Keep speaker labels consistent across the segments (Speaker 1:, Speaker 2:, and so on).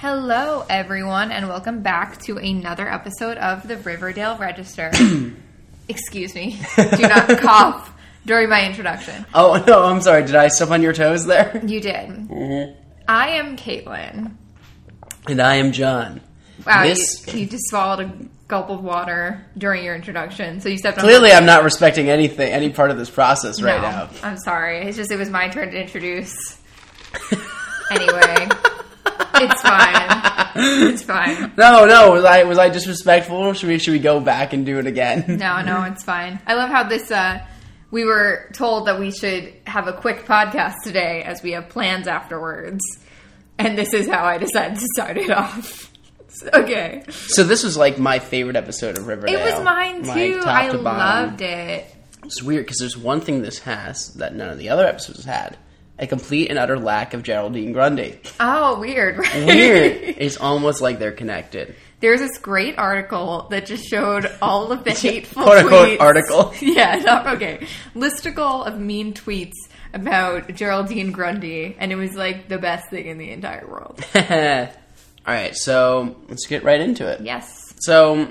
Speaker 1: Hello, everyone, and welcome back to another episode of the Riverdale Register. Excuse me. Do not cough during my introduction.
Speaker 2: Oh no, I'm sorry. Did I step on your toes there?
Speaker 1: You did. Mm-hmm. I am Caitlin.
Speaker 2: And I am John.
Speaker 1: Wow,
Speaker 2: This-
Speaker 1: you, you just swallowed a gulp of water during your introduction, so you stepped on
Speaker 2: Clearly, I'm not respecting anything, any part of this process
Speaker 1: No,
Speaker 2: right now.
Speaker 1: I'm sorry. It's just it was my turn to introduce. anyway, it's fine. It's fine.
Speaker 2: No, no. Was I was I disrespectful? Should we should we go back and do it again?
Speaker 1: No, no, it's fine. I love how this. Uh, we were told that we should have a quick podcast today, as we have plans afterwards, and this is how I decided to start it off. It's okay,
Speaker 2: So this was like my favorite episode of Riverdale.
Speaker 1: it was mine
Speaker 2: Like,
Speaker 1: too.
Speaker 2: top
Speaker 1: I
Speaker 2: to bottom.
Speaker 1: loved it.
Speaker 2: It's weird because there's one thing this has that none of the other episodes had: a complete and utter lack of Geraldine Grundy.
Speaker 1: Oh, weird, right?
Speaker 2: Weird. it's almost like they're connected.
Speaker 1: There's this great article that just showed all of the hateful
Speaker 2: Quote unquote
Speaker 1: tweets.
Speaker 2: article.
Speaker 1: Yeah, not okay. Listicle of mean tweets about Geraldine Grundy, and it was like the best thing in the entire world.
Speaker 2: All right, so let's get right into it.
Speaker 1: Yes.
Speaker 2: So,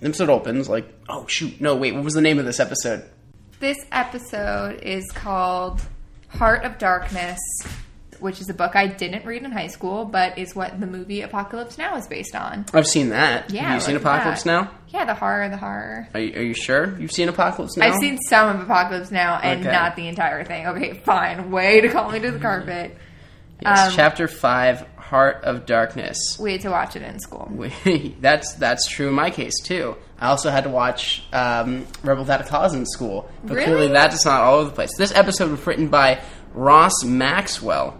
Speaker 2: the episode opens like, oh shoot, no, wait, what was the name of this episode?
Speaker 1: This episode is called Heart of Darkness, which is a book I didn't read in high school, but is what the movie Apocalypse Now is based on.
Speaker 2: I've seen that.
Speaker 1: Yeah.
Speaker 2: Have you seen
Speaker 1: look at
Speaker 2: Apocalypse
Speaker 1: that.
Speaker 2: Now?
Speaker 1: Yeah, the horror, the horror.
Speaker 2: Are you, are you sure you've seen Apocalypse Now?
Speaker 1: I've seen some of Apocalypse Now and
Speaker 2: Okay. Mm-hmm.
Speaker 1: not the entire thing. Okay, fine. Way to call me to the carpet.
Speaker 2: Yes,
Speaker 1: um,
Speaker 2: chapter five, Heart of Darkness.
Speaker 1: We had to watch it in school.
Speaker 2: that's that's true in my case too. I also had to watch um, Rebel Without a Cause in school, but
Speaker 1: Really?
Speaker 2: clearly that is not all over the place. This episode was written by Ross Maxwell,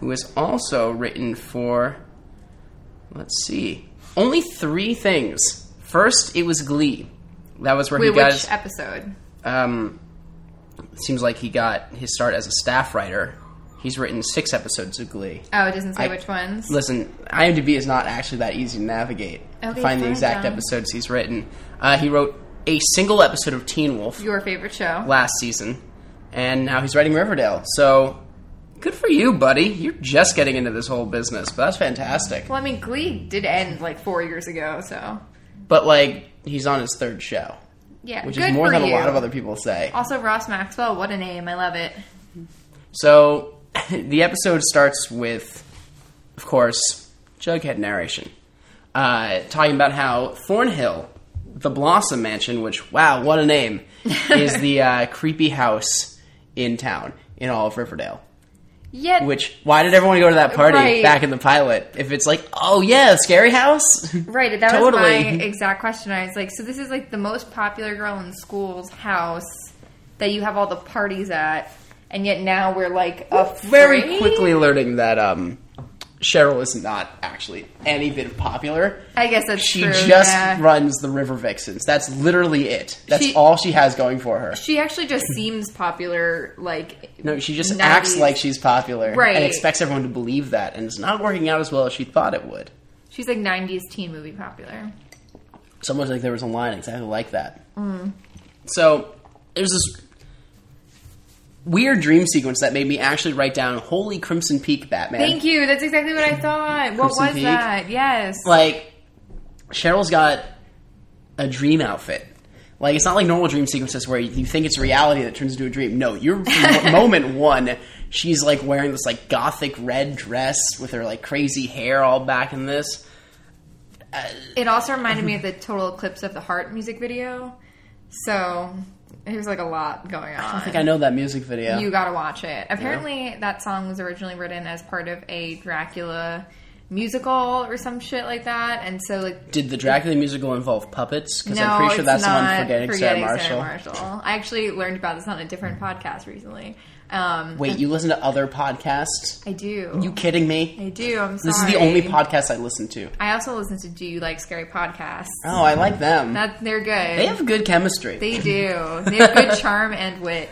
Speaker 2: who has also written for. Let's see, only three things. First, it was Glee. That was where
Speaker 1: Wait,
Speaker 2: he got.
Speaker 1: which
Speaker 2: his-
Speaker 1: episode?
Speaker 2: um, it seems like he got his start as a staff writer. He's written six episodes of Glee.
Speaker 1: Oh, it doesn't say
Speaker 2: I-
Speaker 1: which ones.
Speaker 2: Listen, IMDb is not actually that easy to navigate. to
Speaker 1: Okay,
Speaker 2: find the
Speaker 1: fine,
Speaker 2: exact
Speaker 1: John.
Speaker 2: episodes he's written. Uh, he wrote a single episode of Teen Wolf
Speaker 1: Your favorite show.
Speaker 2: last season, and now he's writing Riverdale. So, good for you, buddy. You're just getting into this whole business, but that's fantastic.
Speaker 1: well, I mean, Glee did end like four years ago, so
Speaker 2: But like, he's on his third show,
Speaker 1: yeah,
Speaker 2: which
Speaker 1: good
Speaker 2: is more
Speaker 1: for
Speaker 2: than
Speaker 1: you.
Speaker 2: a lot of other people say.
Speaker 1: Also, Ross Maxwell, what a name! I love it.
Speaker 2: So, the episode starts with, of course, Jughead narration, uh, talking about how Thornhill, the Blossom Mansion, which, wow, what a name, is the uh, creepy house in town in all of Riverdale.
Speaker 1: Yet,
Speaker 2: Which, why did everyone go to that party
Speaker 1: Right.
Speaker 2: back in the pilot? If it's like, oh yeah, scary house?
Speaker 1: right? That was
Speaker 2: Totally.
Speaker 1: my exact question. I was like, so this is like the most popular girl in school's house that you have all the parties at, and yet now we're like a
Speaker 2: Very quickly learning that um, Cheryl is not actually any bit popular.
Speaker 1: I guess that's
Speaker 2: She
Speaker 1: true.
Speaker 2: just
Speaker 1: yeah.
Speaker 2: runs the River Vixens. That's literally it. That's
Speaker 1: She-
Speaker 2: all she has going for her.
Speaker 1: She actually just seems popular, like
Speaker 2: No, she just
Speaker 1: 90s.
Speaker 2: acts like she's popular
Speaker 1: Right.
Speaker 2: and expects everyone to believe that, and it's not working out as well as she thought it would.
Speaker 1: she's like '90s teen movie popular.
Speaker 2: It's almost like there was a line exactly like that.
Speaker 1: Mm.
Speaker 2: So there's this weird dream sequence that made me actually write down "Holy Crimson Peak, Batman."
Speaker 1: Thank you. That's exactly what I thought. What
Speaker 2: Crimson
Speaker 1: was
Speaker 2: Peak?
Speaker 1: that? Yes.
Speaker 2: like Cheryl's got a dream outfit. Like it's not like normal dream sequences where you think it's reality that turns into a dream. No, you're from moment one. She's like wearing this like gothic red dress with her like crazy hair all back in this.
Speaker 1: It also reminded me of the Total Eclipse of the Heart music video. So it was like a lot going on.
Speaker 2: I think I know that music video.
Speaker 1: You gotta watch it. Apparently, that song was originally written as part of a Dracula musical or some shit like that. And so, like,
Speaker 2: Did the Dracula musical involve puppets? Because
Speaker 1: no,
Speaker 2: I'm pretty sure
Speaker 1: it's
Speaker 2: that's the
Speaker 1: not
Speaker 2: one forgetting, Sarah Marshall.
Speaker 1: Marshall. I actually learned about this on a different podcast recently. Um,
Speaker 2: Wait, you listen to other podcasts?
Speaker 1: I do.
Speaker 2: you kidding me?
Speaker 1: I do. I'm sorry.
Speaker 2: This is the only podcast I listen to.
Speaker 1: I also listen to Do You Like Scary Podcasts.
Speaker 2: Oh, I like them.
Speaker 1: That they're good.
Speaker 2: they have good chemistry.
Speaker 1: They do. They have good charm and wit.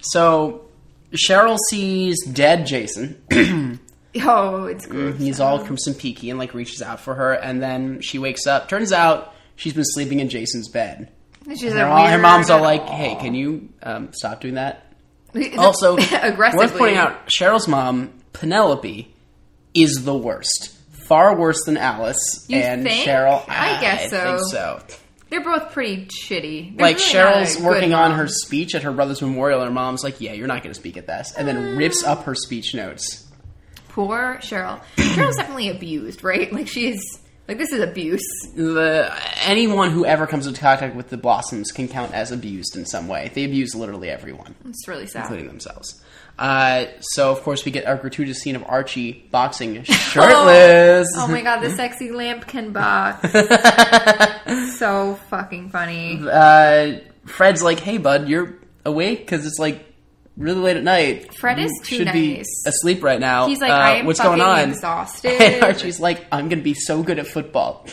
Speaker 2: So Cheryl sees dead Jason.
Speaker 1: Oh, it's gross.
Speaker 2: He's all crimson peaky and like reaches out for her, and then she wakes up. Turns out she's been sleeping in Jason's bed.
Speaker 1: She's
Speaker 2: They're
Speaker 1: a
Speaker 2: all- Mm. her
Speaker 1: weird-
Speaker 2: mom's all like, "Hey, can you um, stop doing that?" Also,
Speaker 1: aggressively.
Speaker 2: Worth pointing out, Cheryl's mom, Penelope, is the worst. far worse than Alice
Speaker 1: You
Speaker 2: and
Speaker 1: think?
Speaker 2: Cheryl.
Speaker 1: I guess so.
Speaker 2: Think so.
Speaker 1: They're both pretty shitty. They're
Speaker 2: Like
Speaker 1: really not
Speaker 2: Cheryl's
Speaker 1: a
Speaker 2: working
Speaker 1: good
Speaker 2: on
Speaker 1: mom.
Speaker 2: her speech at her brother's memorial, and her mom's like, "Yeah, you're not going to speak at this," and then rips up her speech notes.
Speaker 1: Poor Cheryl. Cheryl's definitely abused, right? Like she's like this is abuse.
Speaker 2: The, anyone who ever comes into contact with the Blossoms can count as abused in some way. They abuse literally everyone.
Speaker 1: It's really sad.
Speaker 2: including themselves. Uh, so, of course, we get our gratuitous scene of Archie boxing
Speaker 1: Oh.
Speaker 2: shirtless.
Speaker 1: Oh, my god, the sexy lampkin box. so fucking funny.
Speaker 2: Uh, Fred's like, "Hey, bud, you're awake because it's like really late at night.
Speaker 1: Fred is
Speaker 2: You
Speaker 1: too
Speaker 2: should
Speaker 1: nice.
Speaker 2: be asleep right now.
Speaker 1: He's like,
Speaker 2: Uh,
Speaker 1: I am
Speaker 2: what's
Speaker 1: fucking
Speaker 2: going on?"
Speaker 1: exhausted.
Speaker 2: And Archie's like, "I'm gonna be so good at football."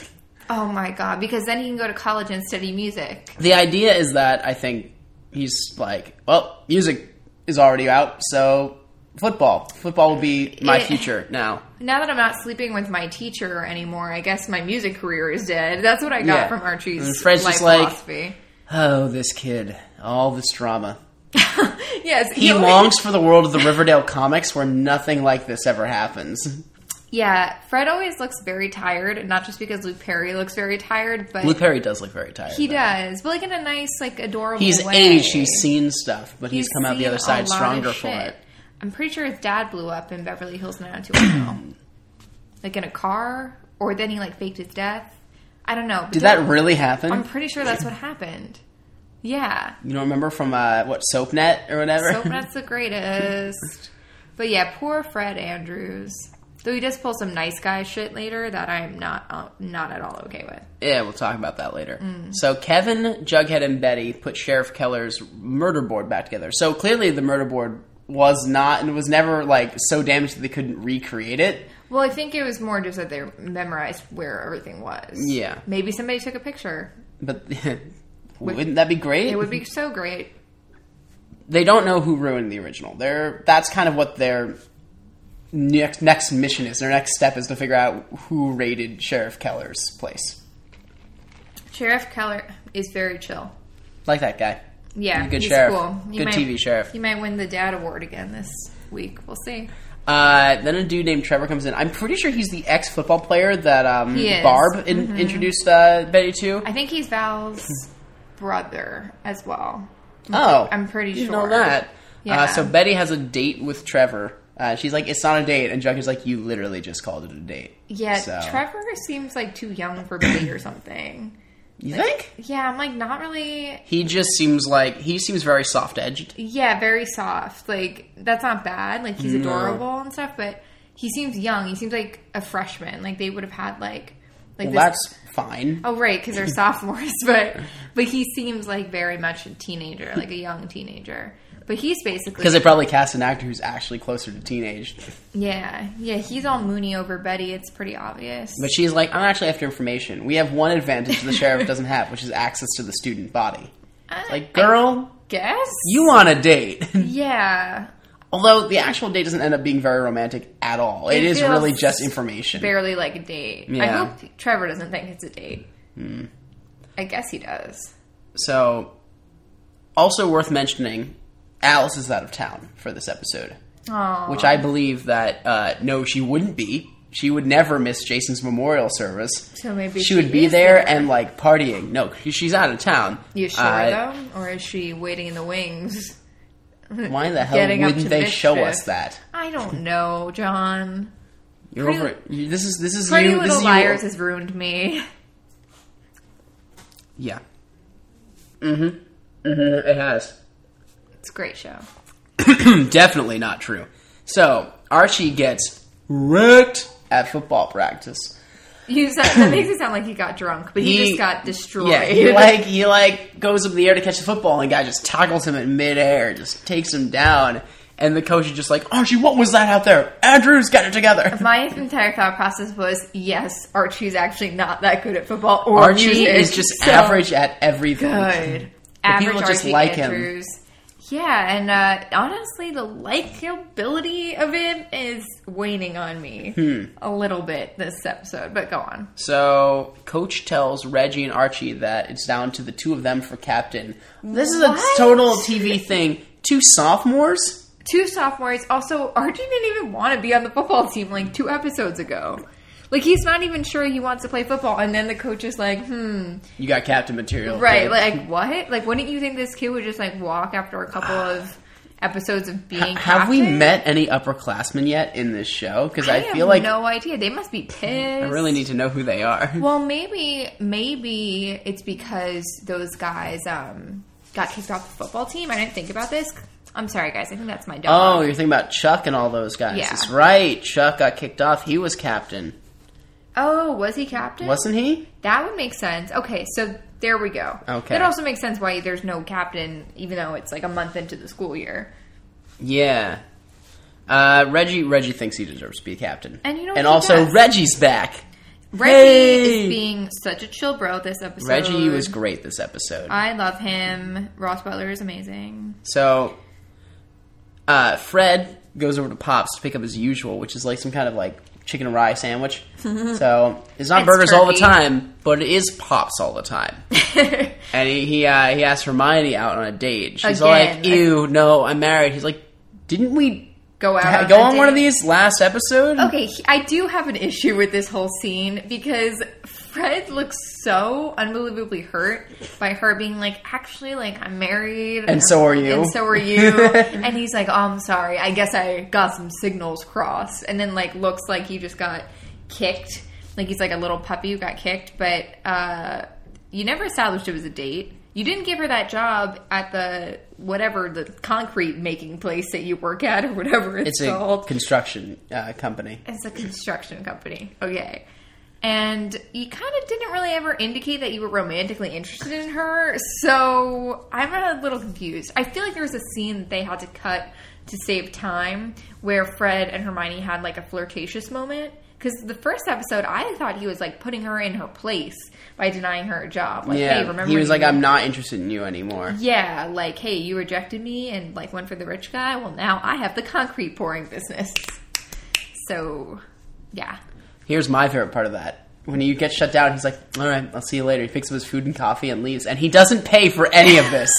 Speaker 1: Oh my god, because then he can go to college and study music.
Speaker 2: The idea is that I think he's like, "Well, music is already out, so football, football will be my
Speaker 1: It-
Speaker 2: future now."
Speaker 1: Now that I'm not sleeping with my teacher anymore, I guess my music career is dead. That's what I got
Speaker 2: Yeah.
Speaker 1: from Archie's
Speaker 2: And Fred's
Speaker 1: life
Speaker 2: just like-
Speaker 1: philosophy.
Speaker 2: Oh, this kid, all this drama.
Speaker 1: Yes,
Speaker 2: He
Speaker 1: always-
Speaker 2: longs for the world of the Riverdale comics where nothing like this ever happens.
Speaker 1: Mm-hmm. Yeah, Fred always looks very tired, not just because Luke Perry looks very tired, but
Speaker 2: Luke Perry does look very tired.
Speaker 1: he
Speaker 2: though.
Speaker 1: does. But like in a nice, like adorable.
Speaker 2: He's
Speaker 1: way.
Speaker 2: aged, he's seen stuff, but he's,
Speaker 1: He's
Speaker 2: come out the
Speaker 1: seen
Speaker 2: other
Speaker 1: a
Speaker 2: side
Speaker 1: lot of
Speaker 2: stronger for
Speaker 1: shit.
Speaker 2: it.
Speaker 1: I'm pretty sure his dad blew up in Beverly Hills 90210, like in a car, or then he like faked his death. I don't know. but
Speaker 2: Did
Speaker 1: don't-
Speaker 2: that really happen?
Speaker 1: I'm pretty sure that's what happened. Yeah,
Speaker 2: you don't remember from uh, what SoapNet or whatever?
Speaker 1: so that's the greatest. But yeah, poor Fred Andrews. Though he does pull some nice guy shit later that I'm not uh, not at all okay with.
Speaker 2: yeah, we'll talk about that later. So Kevin, Jughead, and Betty put Sheriff Keller's murder board back together. So clearly, the murder board was not and was never like so damaged that they couldn't recreate it.
Speaker 1: Well, I think it was more just that they memorized where everything was.
Speaker 2: Yeah.
Speaker 1: Maybe somebody took a picture.
Speaker 2: But wouldn't that be great?
Speaker 1: It would be so great.
Speaker 2: they don't know who ruined the original. They're that's kind of what their next next mission is. Their next step is to figure out who raided Sheriff Keller's place.
Speaker 1: Sheriff Keller is very chill.
Speaker 2: Like that guy.
Speaker 1: Yeah,
Speaker 2: He's a good
Speaker 1: he's
Speaker 2: sheriff.
Speaker 1: cool. He
Speaker 2: Good
Speaker 1: might-
Speaker 2: TV sheriff.
Speaker 1: He might win the dad award again this week. We'll see.
Speaker 2: Uh, then a dude named Trevor comes in. I'm pretty sure he's the ex football player that um,
Speaker 1: He is. Mm-hmm.
Speaker 2: Barb in- introduced uh, Betty to.
Speaker 1: I think he's Val's brother as well.
Speaker 2: oh,
Speaker 1: I'm pretty
Speaker 2: you
Speaker 1: sure.
Speaker 2: know that.
Speaker 1: Yeah.
Speaker 2: Uh, so Betty has a date with Trevor. Uh, she's like, "It's not a date," and Jughead's like, "You literally just called it a date."
Speaker 1: Yeah,
Speaker 2: So-
Speaker 1: Trevor seems like too young for Betty or something.
Speaker 2: You think
Speaker 1: Yeah, I'm like not really.
Speaker 2: he just seems like he seems very soft edged?
Speaker 1: Yeah, very soft. Like that's not bad. Like he's adorable and stuff, but he seems young. He seems like a freshman. Like they would have had like like
Speaker 2: Well,
Speaker 1: this
Speaker 2: that's fine.
Speaker 1: Oh right, because they're sophomores, but but he seems like very much a teenager, like a young teenager. But he's basically
Speaker 2: Because they probably cast an actor who's actually closer to teenage.
Speaker 1: yeah, yeah. He's all moony over Betty. It's pretty obvious.
Speaker 2: But she's like, I'm actually after information. We have one advantage the sheriff doesn't have, which is access to the student body.
Speaker 1: I-
Speaker 2: Like, girl,
Speaker 1: I guess
Speaker 2: you on a date.
Speaker 1: yeah,
Speaker 2: Although the actual date doesn't end up being very romantic at all.
Speaker 1: It
Speaker 2: it is really
Speaker 1: feels
Speaker 2: just information.
Speaker 1: barely like a date. I
Speaker 2: Yeah. Hmm.
Speaker 1: hope Trevor doesn't think it's a date. I guess he does.
Speaker 2: so, also worth mentioning, Alice is out of town for this episode,
Speaker 1: Oh,
Speaker 2: which I believe that uh, no, she wouldn't be. She would never miss Jason's memorial service.
Speaker 1: so maybe
Speaker 2: she, would be
Speaker 1: is
Speaker 2: there, and like partying. No, she's out of town.
Speaker 1: You sure
Speaker 2: Uh,
Speaker 1: though, or is she waiting in the wings?
Speaker 2: Why the hell
Speaker 1: Getting up
Speaker 2: wouldn't
Speaker 1: to
Speaker 2: they show
Speaker 1: mischief.
Speaker 2: us that?
Speaker 1: I don't know, John.
Speaker 2: You're
Speaker 1: Pretty-
Speaker 2: over. You, this is this is
Speaker 1: Pretty
Speaker 2: you. This
Speaker 1: Little
Speaker 2: is
Speaker 1: Liars
Speaker 2: You,
Speaker 1: has ruined me.
Speaker 2: yeah. Mm-hmm. Mm-hmm. It has
Speaker 1: It's a great show.
Speaker 2: definitely not true. So Archie gets wrecked at football practice.
Speaker 1: You said that makes it sound like he got drunk, but he,
Speaker 2: Hmm. He-
Speaker 1: just got destroyed.
Speaker 2: Yeah, he like he like goes up in the air to catch the football, and the guy just tackles him in midair, just takes him down. And the coach is just like, Archie, what was that out there? Andrews got it together.
Speaker 1: My entire thought process was, yes, Archie's actually not that good at football. Or
Speaker 2: Archie
Speaker 1: music,
Speaker 2: is just
Speaker 1: so
Speaker 2: average at everything.
Speaker 1: Good.
Speaker 2: But
Speaker 1: Average
Speaker 2: people just
Speaker 1: Archie
Speaker 2: like him.
Speaker 1: Andrews. Yeah, and uh, honestly, the likability of him is waning on me
Speaker 2: Hmm.
Speaker 1: a little bit this episode. But go on.
Speaker 2: So, coach tells Reggie and Archie that it's down to the two of them for captain. This is a
Speaker 1: What?
Speaker 2: total TV thing. Two sophomores?
Speaker 1: Two sophomores. Also, Archie didn't even want to be on the football team like two episodes ago. Like he's not even sure he wants to play football, and then the coach is like, "Hmm,
Speaker 2: You got captain material.
Speaker 1: right?
Speaker 2: kid.
Speaker 1: Like what? Like wouldn't you think this kid would just like walk after a couple of episodes of being?
Speaker 2: have we
Speaker 1: captain?
Speaker 2: met any upperclassmen yet in this show? Because I,
Speaker 1: have
Speaker 2: feel like
Speaker 1: no idea. They must be pissed.
Speaker 2: I really need to know who they are.
Speaker 1: Well, maybe maybe it's because those guys um, got kicked off the football team. I didn't think about this. I'm sorry, guys. I think that's my
Speaker 2: Oh,
Speaker 1: dog.
Speaker 2: you're thinking about Chuck and all those guys.
Speaker 1: Yeah.
Speaker 2: That's right. Chuck got kicked off. He was captain,
Speaker 1: Oh, was he captain?
Speaker 2: wasn't he?
Speaker 1: that would make sense. Okay, so there we go.
Speaker 2: Okay.
Speaker 1: It also makes sense why there's no captain, even though it's like a month into the school year.
Speaker 2: Yeah. Uh, Reggie Reggie thinks he deserves to be captain.
Speaker 1: And you know what
Speaker 2: And
Speaker 1: he
Speaker 2: also
Speaker 1: does?
Speaker 2: Reggie's back.
Speaker 1: Reggie
Speaker 2: Hey!
Speaker 1: is being such a chill bro this episode.
Speaker 2: Reggie was great this episode.
Speaker 1: I love him. Ross Butler is amazing.
Speaker 2: So, uh, Fred goes over to Pops to pick up his usual, which is like some kind of like chicken and rye sandwich. so it's not
Speaker 1: It's
Speaker 2: burgers all the
Speaker 1: turkey.
Speaker 2: time, but it is Pops all the time. and he he, uh, he asks Hermione out on a date. She's all
Speaker 1: Again.
Speaker 2: like, "Ew, no, I'm married." He's like, "Didn't we
Speaker 1: Go out.
Speaker 2: ha-
Speaker 1: a
Speaker 2: go on one
Speaker 1: date.
Speaker 2: of these last episode?"
Speaker 1: Okay, he- I do have an issue with this whole scene because Fred looks so unbelievably hurt by her being like, actually, like, I'm married.
Speaker 2: And so are you.
Speaker 1: And so are you. and he's like, oh, I'm sorry. I guess I got some signals crossed. And then, like, looks like he just got kicked. Like, he's like a little puppy who got kicked. But uh, you never established it was a date. You didn't give her that job at the whatever the concrete making place that you work at or whatever it's,
Speaker 2: It's a
Speaker 1: called.
Speaker 2: construction uh, company.
Speaker 1: It's a construction company. Okay. And you kind of didn't really ever indicate that you were romantically interested in her. So I'm a little confused. I feel like there was a scene that they had to cut to save time where Fred and Hermione had like a flirtatious moment. Because the first episode, I thought he was like putting her in her place by denying her a job. Like,
Speaker 2: yeah,
Speaker 1: hey, remember
Speaker 2: he was
Speaker 1: when
Speaker 2: like,
Speaker 1: you-
Speaker 2: "I'm not interested in you anymore."
Speaker 1: Yeah, like, hey, you rejected me and like went for the rich guy. Well, now I have the concrete pouring business. So, yeah.
Speaker 2: Here's my favorite part of that. When you get shut down, he's like, "All right, I'll see you later." He picks up his food and coffee and leaves, and he doesn't pay for any of this.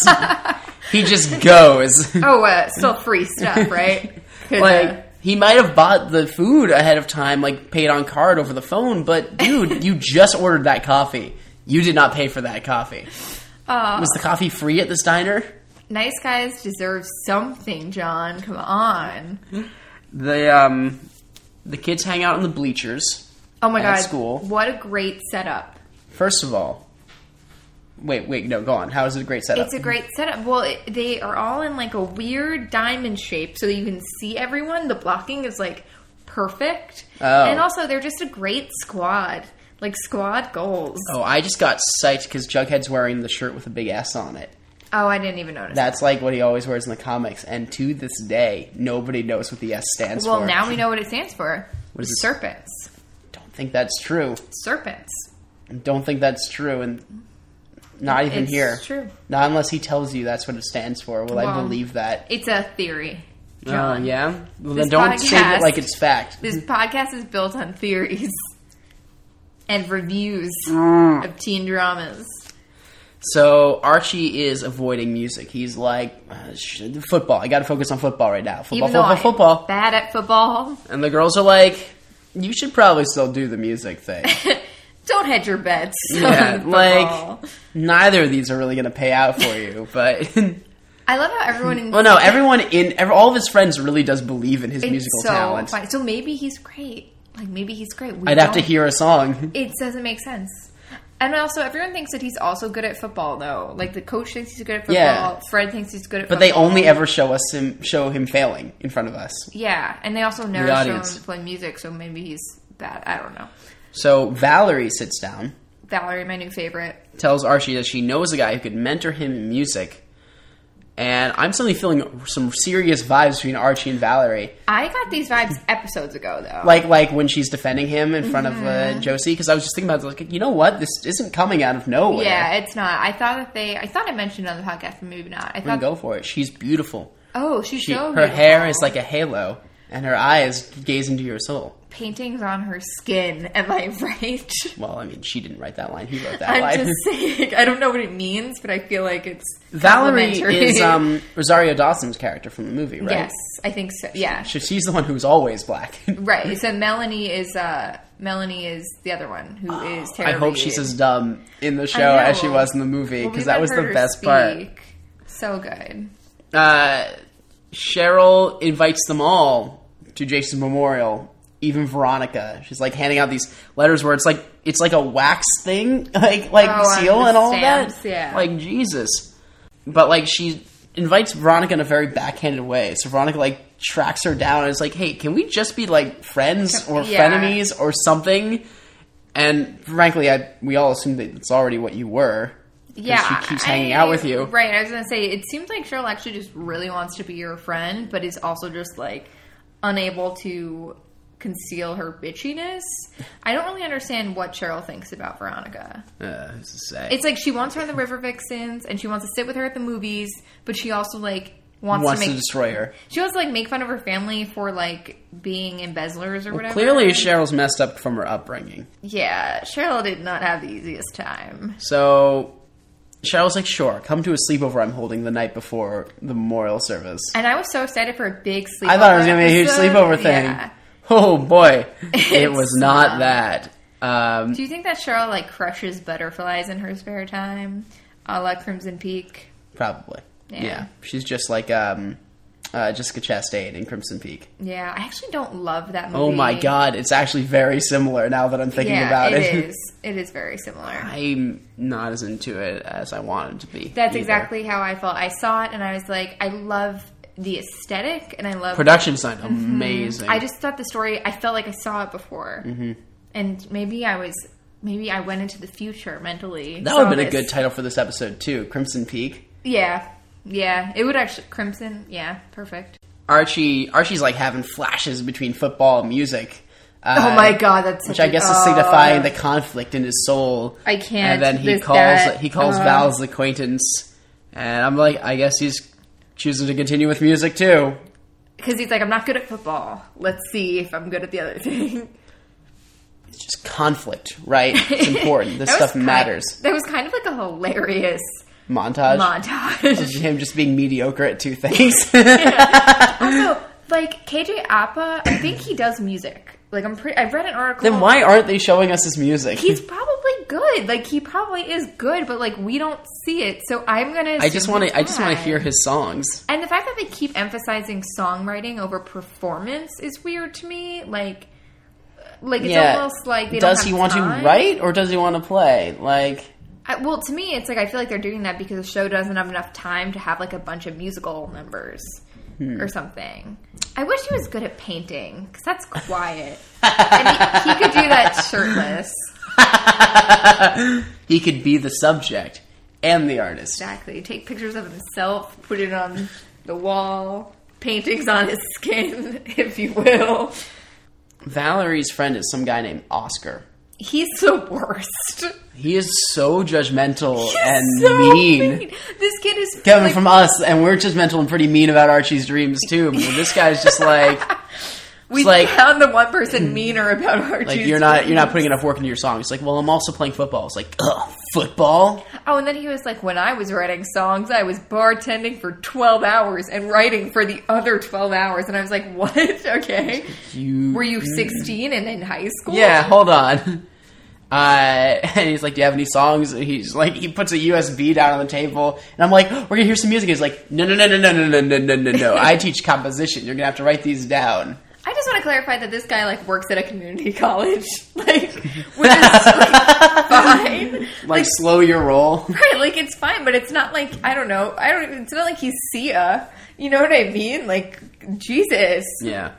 Speaker 2: he just goes.
Speaker 1: Oh, uh, still free stuff, right? 'Cause, uh,
Speaker 2: like he might have bought the food ahead of time, like paid on card over the phone, but dude, you just ordered that coffee. You did not pay for that coffee.
Speaker 1: aw,
Speaker 2: Was the coffee free at this diner?
Speaker 1: nice guys deserve something, John. Come on.
Speaker 2: The um, the kids hang out in the bleachers.
Speaker 1: Oh my
Speaker 2: At
Speaker 1: god,
Speaker 2: school.
Speaker 1: What a great setup.
Speaker 2: First of all, wait, wait, no, go on. How is it a great setup?
Speaker 1: It's a great setup. Well, it, they are all in like a weird diamond shape, so that you can see everyone. The blocking is like perfect,
Speaker 2: Oh.
Speaker 1: and also they're just a great squad. Like squad goals.
Speaker 2: Oh, I just got psyched because Jughead's wearing the shirt with a big S on it.
Speaker 1: Oh, I didn't even notice.
Speaker 2: That's like what he always wears in the comics, and to this day, nobody knows what the S stands
Speaker 1: well,
Speaker 2: for.
Speaker 1: now we know what it stands for.
Speaker 2: What is it?
Speaker 1: Serpents.
Speaker 2: don't think that's true.
Speaker 1: Serpents.
Speaker 2: Don't think that's true, and not even
Speaker 1: It's
Speaker 2: here.
Speaker 1: true.
Speaker 2: Not unless he tells you that's what it stands for. Will I
Speaker 1: Well,
Speaker 2: believe that?
Speaker 1: It's a theory.
Speaker 2: Oh,
Speaker 1: John.
Speaker 2: yeah. Well,
Speaker 1: this
Speaker 2: then don't say
Speaker 1: podcast-
Speaker 2: it like it's fact.
Speaker 1: This podcast is built on theories and reviews
Speaker 2: Oh.
Speaker 1: of teen dramas.
Speaker 2: So Archie is avoiding music. He's like, uh, sh- football. I got to focus on football right now. Football,
Speaker 1: Even though I'm
Speaker 2: football, football.
Speaker 1: bad at football,
Speaker 2: And the girls are like, you should probably still do the music thing.
Speaker 1: don't hedge your bets.
Speaker 2: Yeah,
Speaker 1: on football.
Speaker 2: like neither of these are really going to pay out for you. But
Speaker 1: I love how everyone. In-
Speaker 2: well, no, everyone in every, all of his friends really does believe in his musical
Speaker 1: so
Speaker 2: talent.
Speaker 1: funny. So maybe he's great. Like maybe he's great. We
Speaker 2: I'd have to
Speaker 1: don't-
Speaker 2: hear a song.
Speaker 1: It doesn't make sense. And also, everyone thinks that he's also good at football, though. Like the coach thinks he's good at football.
Speaker 2: Yeah.
Speaker 1: Fred thinks he's good at.
Speaker 2: But they only ever show us him show him failing in front of us.
Speaker 1: Yeah, and they also never
Speaker 2: The
Speaker 1: show him
Speaker 2: audience.
Speaker 1: to play music, so maybe he's bad. I don't know.
Speaker 2: So Valerie sits down,
Speaker 1: Valerie, my new favorite.
Speaker 2: tells Archie that she knows a guy who could mentor him in music. And I'm suddenly feeling some serious vibes between Archie and Valerie.
Speaker 1: I got these vibes episodes ago, though.
Speaker 2: like like when she's defending him in front of
Speaker 1: Mm-hmm.
Speaker 2: uh, Josie because I was just thinking about it, like you know what this isn't coming out of nowhere.
Speaker 1: yeah, it's not. I thought that they. I thought I mentioned it on the podcast, but maybe not. I
Speaker 2: we can
Speaker 1: thought.
Speaker 2: go for it. She's beautiful.
Speaker 1: Oh, she's
Speaker 2: She,
Speaker 1: so.
Speaker 2: her hair
Speaker 1: beautiful.
Speaker 2: is like a halo. and her eyes gaze into your soul.
Speaker 1: Paintings on her skin. Am I right?
Speaker 2: Well, I mean, she didn't write that line. He wrote that
Speaker 1: I'm
Speaker 2: line.
Speaker 1: just saying. I don't know what it means, but I feel like it's
Speaker 2: Valerie
Speaker 1: complimentary.
Speaker 2: is um, Rosario Dawson's character from the movie, right?
Speaker 1: Yes, I think so. Yeah,
Speaker 2: So she's the one who's always black.
Speaker 1: right. So Melanie is uh Melanie is the other one who is.
Speaker 2: Oh, I
Speaker 1: Tara
Speaker 2: hope
Speaker 1: Reid.
Speaker 2: she's as dumb in the show
Speaker 1: know.
Speaker 2: as she was in the movie
Speaker 1: Well, we
Speaker 2: because that
Speaker 1: let
Speaker 2: was the
Speaker 1: her
Speaker 2: best part.
Speaker 1: speak. So good.
Speaker 2: Uh, Cheryl invites them all to Jason's memorial. Even Veronica, she's like handing out these letters where it's like it's like a wax thing, like like
Speaker 1: Oh, on
Speaker 2: seal
Speaker 1: the
Speaker 2: and all
Speaker 1: stamps,
Speaker 2: that.
Speaker 1: yeah.
Speaker 2: Like Jesus, but like she invites Veronica in a very backhanded way. So Veronica like tracks her down and is like, "Hey, can we just be like friends or
Speaker 1: Yeah.
Speaker 2: frenemies or something?" And frankly, I we all assume that it's already what you were. 'cause
Speaker 1: Yeah,
Speaker 2: she keeps hanging out with you.
Speaker 1: Right. I was gonna say it seems like Cheryl actually just really wants to be your friend, but is also just like unable to conceal her bitchiness. I don't really understand what Cheryl thinks about Veronica.
Speaker 2: Uh, who's to say?
Speaker 1: It's like she wants her in the River Vixens, and she wants to sit with her at the movies, but she also like wants,
Speaker 2: wants
Speaker 1: to
Speaker 2: to
Speaker 1: make
Speaker 2: destroy her.
Speaker 1: she wants to like make fun of her family for like being embezzlers or whatever.
Speaker 2: Clearly, Cheryl's messed up from her upbringing.
Speaker 1: yeah, Cheryl did not have the easiest time.
Speaker 2: So Cheryl's like, sure, come to a sleepover I'm holding the night before the memorial service.
Speaker 1: And I was so excited for a big sleepover.
Speaker 2: I thought it was going to be a huge
Speaker 1: episode.
Speaker 2: sleepover thing.
Speaker 1: Yeah.
Speaker 2: Oh boy, it
Speaker 1: It's
Speaker 2: was not
Speaker 1: not.
Speaker 2: that. Um,
Speaker 1: Do you think that Cheryl like crushes butterflies in her spare time, a la Crimson Peak?
Speaker 2: probably. Yeah.
Speaker 1: Yeah.
Speaker 2: she's just like um, uh, Jessica Chastain in Crimson Peak.
Speaker 1: Yeah, I actually don't love that movie.
Speaker 2: Oh my god, it's actually very similar now that I'm thinking
Speaker 1: Yeah,
Speaker 2: about it.
Speaker 1: it is. It is very similar.
Speaker 2: I'm not as into it as I wanted to be.
Speaker 1: That's
Speaker 2: either.
Speaker 1: exactly how I felt. I saw it and I was like, I love the aesthetic and I love.
Speaker 2: Production design, amazing.
Speaker 1: Mm-hmm. I just thought the story. I felt like I saw it before,
Speaker 2: Mm-hmm.
Speaker 1: and maybe I was. Maybe I went into the future mentally.
Speaker 2: that
Speaker 1: saw
Speaker 2: would have been a
Speaker 1: this.
Speaker 2: good title for this episode too, Crimson Peak.
Speaker 1: Yeah, yeah. It would actually crimson. Yeah, perfect.
Speaker 2: Archie Archie's like having flashes between football and music. Uh,
Speaker 1: Oh my god, that's such
Speaker 2: Which I
Speaker 1: a-
Speaker 2: guess is
Speaker 1: oh.
Speaker 2: signifying the conflict in his soul.
Speaker 1: I can't
Speaker 2: And then he
Speaker 1: with
Speaker 2: calls
Speaker 1: that,
Speaker 2: he calls
Speaker 1: uh,
Speaker 2: Val's acquaintance, and I'm like, I guess he's choosing to continue with music too.
Speaker 1: because Oh. he's like, I'm not good at football. Let's see if I'm good at the other thing.
Speaker 2: It's just conflict, right? It's important. This
Speaker 1: That was
Speaker 2: stuff
Speaker 1: kind-
Speaker 2: matters.
Speaker 1: That was kind of like a hilarious
Speaker 2: Montage.
Speaker 1: montage.
Speaker 2: Him just being mediocre at two things.
Speaker 1: also, like KJ Appa, I think he does music. Like I'm pretty. I've read an article.
Speaker 2: then why aren't they showing us his music?
Speaker 1: He's probably good. Like he probably is good, but like we don't see it. So I'm gonna.
Speaker 2: I just want to. I just want to
Speaker 1: hear.
Speaker 2: hear his songs.
Speaker 1: And the fact that they keep emphasizing songwriting over performance is weird to me. Like, like it's almost like they
Speaker 2: does
Speaker 1: don't
Speaker 2: he
Speaker 1: have
Speaker 2: want
Speaker 1: time.
Speaker 2: to write or does he want to play? Like,
Speaker 1: I, well, to me, it's like I feel like they're doing that because the show doesn't have enough time to have like a bunch of musical numbers
Speaker 2: Hmm.
Speaker 1: or something. I wish he was good at painting because that's quiet. and he, he could do that shirtless.
Speaker 2: he could be the subject and the artist.
Speaker 1: Exactly. Take pictures of himself, put it on the wall, paintings on his skin, if you will.
Speaker 2: Valerie's friend is some guy named Oscar.
Speaker 1: He's the worst.
Speaker 2: He is so judgmental and
Speaker 1: so
Speaker 2: mean.
Speaker 1: This kid is
Speaker 2: Coming
Speaker 1: like,
Speaker 2: from us, and we're judgmental and pretty mean about Archie's dreams too. But this guy's just like,
Speaker 1: we
Speaker 2: like-
Speaker 1: found the one person meaner about our
Speaker 2: like you're not you're not putting enough work into your song. He's like, well, I'm also playing football. It's like, ugh, football.
Speaker 1: Oh, and then he was like, when I was writing songs, I was bartending for twelve hours and writing for the other twelve hours, and I was like, what? Okay,
Speaker 2: You
Speaker 1: were you sixteen and in high school?
Speaker 2: Mm. Yeah, hold on. Uh, and he's like, "Do you have any songs?" And he's like, he puts a USB down on the table, and I'm like, "We're gonna hear some music." He's like, "No, no, no, no, no, no, no, no, no, no, no. I teach composition. You're gonna have to write these down."
Speaker 1: I just want to clarify that this guy like works at a community college, like which is like, fine.
Speaker 2: Like, slow your roll.
Speaker 1: Right, like it's fine, but it's not like I don't know. I don't. even It's not like he's Sia. You know what I mean? Like Jesus.
Speaker 2: yeah.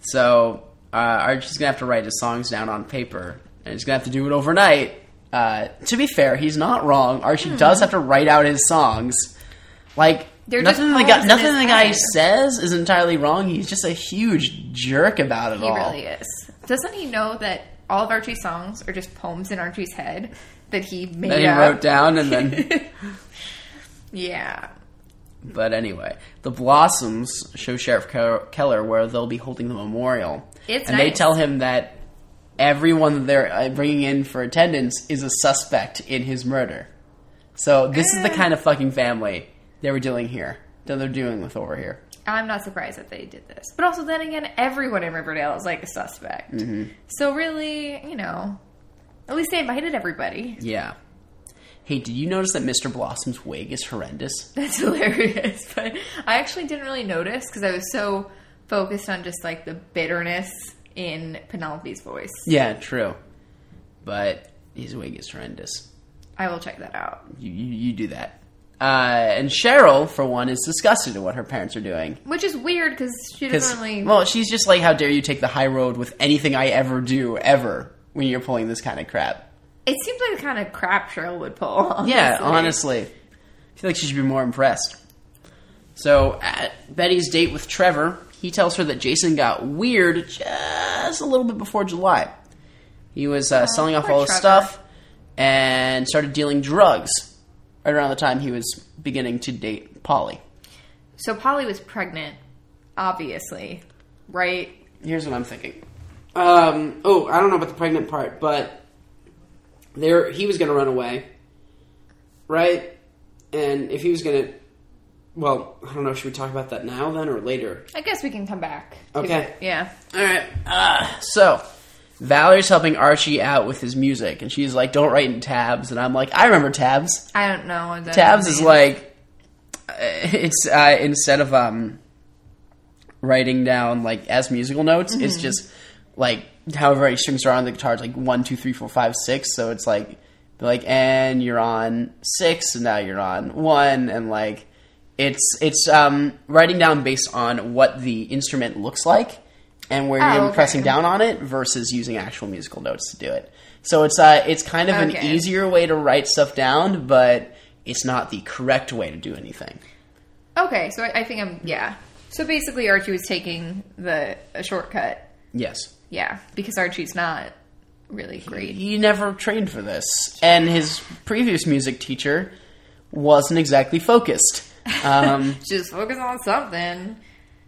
Speaker 2: So uh, Archie's gonna have to write his songs down on paper, and he's gonna have to do it overnight. Uh, to be fair, he's not wrong. Archie
Speaker 1: Hmm.
Speaker 2: does have to write out his songs. Like
Speaker 1: They're just
Speaker 2: nothing the guy,
Speaker 1: poems in
Speaker 2: nothing
Speaker 1: his
Speaker 2: the guy
Speaker 1: head.
Speaker 2: says is entirely wrong. He's just a huge jerk about it
Speaker 1: He
Speaker 2: all.
Speaker 1: really is. Doesn't he know that all of Archie's songs are just poems in Archie's head that he made
Speaker 2: That he
Speaker 1: up?
Speaker 2: wrote down, and then
Speaker 1: yeah.
Speaker 2: But anyway, the Blossoms show Sheriff Ke- Keller where they'll be holding the memorial.
Speaker 1: It's
Speaker 2: and they
Speaker 1: nice.
Speaker 2: tell him that everyone that they're uh, bringing in for attendance is a suspect in his murder. So this is the kind of fucking family they were dealing here, that they're dealing with over here.
Speaker 1: I'm not surprised that they did this. But also, then again, everyone in Riverdale is like a suspect.
Speaker 2: Mm-hmm.
Speaker 1: So, really, you know, at least they invited everybody.
Speaker 2: Yeah. Hey, did you notice that Mr. Blossom's wig is horrendous?
Speaker 1: That's hilarious. But I actually didn't really notice because I was so focused on just like the bitterness in Penelope's voice.
Speaker 2: Yeah, true. But his wig is horrendous.
Speaker 1: I will check that out.
Speaker 2: You, you, you do that. Uh, and Cheryl, for one, is disgusted at what her parents are doing.
Speaker 1: Which is weird because she
Speaker 2: 'Cause-
Speaker 1: doesn't really.
Speaker 2: well, she's just like, how dare you take the high road with anything I ever do, ever, when you're pulling this kind of crap.
Speaker 1: it seems like the kind of crap Cheryl would pull.
Speaker 2: Yeah,
Speaker 1: honestly.
Speaker 2: honestly. I feel like she should be more impressed. So, at Betty's date with Trevor, he tells her that Jason got weird just a little bit before July. He was uh, selling off
Speaker 1: poor
Speaker 2: all his
Speaker 1: Trevor.
Speaker 2: stuff and started dealing drugs right around the time he was beginning to date Polly.
Speaker 1: So Polly was pregnant, obviously, right?
Speaker 2: here's what I'm thinking. Um, oh, I don't know about the pregnant part, but there he was going to run away, right? And if he was going to, well, I don't know. Should we talk about that now then or later?
Speaker 1: I guess we can come back. to
Speaker 2: Okay.
Speaker 1: it. Yeah.
Speaker 2: All right. Uh, so Valerie's helping Archie out with his music, and she's like, "Don't write in tabs." And I'm like, "I remember tabs."
Speaker 1: I don't know. what that
Speaker 2: tabs is
Speaker 1: means.
Speaker 2: like uh, it's uh, instead of um writing down like as musical notes it's
Speaker 1: Mm-hmm.
Speaker 2: just like however many strings are on the guitar it's like one two three four five six so it's like like and you're on six and now you're on one and like it's it's um writing down based on what the instrument looks like and where
Speaker 1: Oh,
Speaker 2: you're
Speaker 1: okay.
Speaker 2: pressing down on it versus using actual musical notes to do it so it's uh it's kind of an
Speaker 1: Okay.
Speaker 2: easy easier way to write stuff down, but it's not the correct way to do anything.
Speaker 1: Okay, so I, I think I'm. Yeah. So basically, Archie was taking the a shortcut.
Speaker 2: Yes.
Speaker 1: Yeah, because Archie's not really great.
Speaker 2: He never trained for this, and his previous music teacher wasn't exactly focused. Um,
Speaker 1: Just focus on something.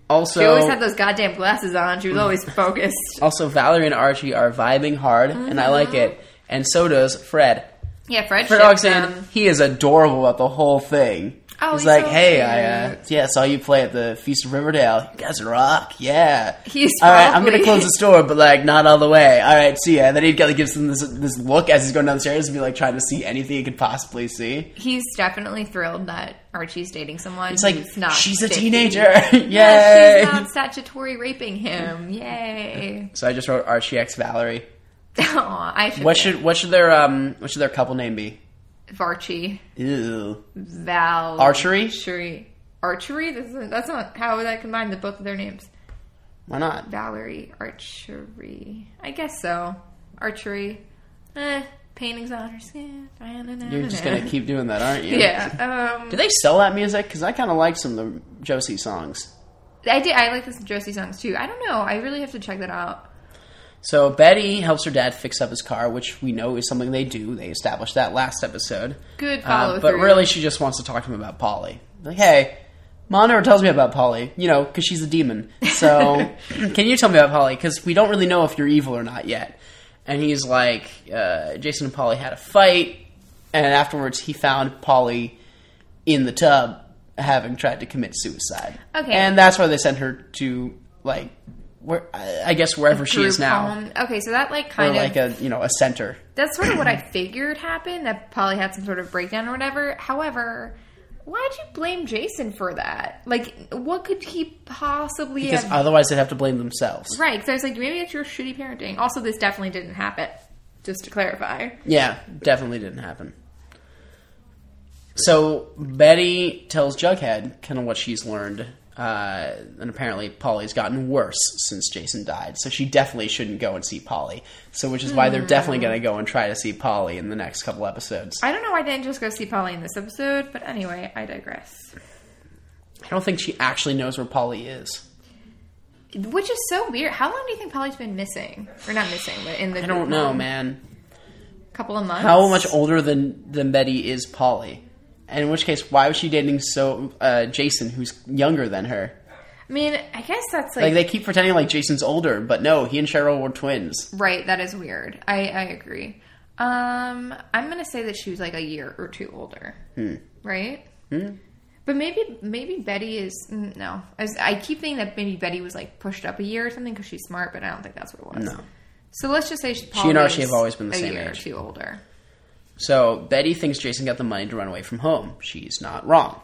Speaker 2: also,
Speaker 1: She always had those goddamn glasses on. She was always focused.
Speaker 2: also Valerie and Archie are vibing hard, and I
Speaker 1: Uh-huh.
Speaker 2: like it. And so does Fred.
Speaker 1: Yeah, Fred.
Speaker 2: Fred
Speaker 1: shipped
Speaker 2: Oxen,
Speaker 1: them.
Speaker 2: he is adorable about the whole thing.
Speaker 1: Oh,
Speaker 2: he's,
Speaker 1: he's
Speaker 2: like,
Speaker 1: so
Speaker 2: hey, I uh,
Speaker 1: cute."
Speaker 2: yeah, saw you play at the Feast of Riverdale. You guys rock, yeah.
Speaker 1: He's
Speaker 2: all right. I'm gonna
Speaker 1: probably-
Speaker 2: close the store, but like not all the way. All right, see ya. And then he kind of gives him this this look as he's going down the stairs and be like trying to see anything he could possibly see.
Speaker 1: He's definitely thrilled that Archie's dating someone.
Speaker 2: It's like
Speaker 1: who's not
Speaker 2: she's a
Speaker 1: 50.
Speaker 2: teenager. Yay!
Speaker 1: Yeah, she's not statutory raping him. Yay.
Speaker 2: so I just wrote Archie X Valerie.
Speaker 1: Aw, I should.
Speaker 2: What should what should their um what should their couple name be?
Speaker 1: Varchi.
Speaker 2: Ew.
Speaker 1: Val.
Speaker 2: Archery?
Speaker 1: Archery. Archery? That's not, that's not how would I combine the both of their names?
Speaker 2: Why not?
Speaker 1: Valerie. Archery. I guess so. Archery. Eh, paintings on her skin.
Speaker 2: You're just gonna keep doing that, aren't you?
Speaker 1: Yeah. Um,
Speaker 2: Do they sell that music? Because I kind of like some of the Josie songs.
Speaker 1: I did. I like this Josie songs too. I don't know. I really have to check that out.
Speaker 2: So Betty helps her dad fix up his car, which we know is something they do. They established that last episode.
Speaker 1: Good
Speaker 2: Uh,
Speaker 1: follow
Speaker 2: but
Speaker 1: through.
Speaker 2: really, she just wants to talk to him about Polly. Like, hey, mom never tells me about Polly, you know, because she's a demon. So can you tell me about Polly? Because we don't really know if you're evil or not yet. And he's like, uh, Jason and Polly had a fight, and afterwards he found Polly in the tub having tried to commit suicide.
Speaker 1: Okay.
Speaker 2: and that's why they sent her to like. Where, I I guess wherever she is
Speaker 1: Group
Speaker 2: now,
Speaker 1: home. Okay, so that like
Speaker 2: or
Speaker 1: kind of
Speaker 2: like a you know a center.
Speaker 1: That's sort of what I figured happened. That Polly had some sort of breakdown or whatever. However, why'd you blame Jason for that? Like, what could he possibly
Speaker 2: Because
Speaker 1: have?
Speaker 2: otherwise, they'd have to blame themselves.
Speaker 1: right? Because I was like, maybe it's your shitty parenting. Also, this definitely didn't happen. Just to clarify,
Speaker 2: Yeah, definitely didn't happen. So Betty tells Jughead kind of what she's learned, uh, and apparently Polly's gotten worse since Jason died. So she definitely shouldn't go and see Polly. So which is why they're definitely going to go and try to see Polly in the next couple episodes.
Speaker 1: I don't know why I didn't just go see Polly in this episode. But anyway, I digress.
Speaker 2: I don't think she actually knows where Polly is.
Speaker 1: Which is so weird. How long do you think Polly's been missing, or not missing, but in the
Speaker 2: I don't know, man.
Speaker 1: couple of months?
Speaker 2: How much older than than Betty is Polly? And in which case, why was she dating so uh, Jason, who's younger than her?
Speaker 1: I mean, I guess that's like,
Speaker 2: Like they keep pretending like Jason's older, but no, he and Cheryl were twins.
Speaker 1: right. That is weird. I I agree. Um, I'm gonna say that she was like a year or two older,
Speaker 2: Hmm.
Speaker 1: right? But maybe maybe Betty is mm, no. I, was- I keep thinking that maybe Betty was like pushed up a year or something because she's smart, but I don't think that's what it was.
Speaker 2: No.
Speaker 1: So let's just say she,
Speaker 2: She and Archie
Speaker 1: was
Speaker 2: have always been the
Speaker 1: a
Speaker 2: same
Speaker 1: year or
Speaker 2: age.
Speaker 1: two older.
Speaker 2: So Betty thinks Jason got the money to run away from home. She's not wrong.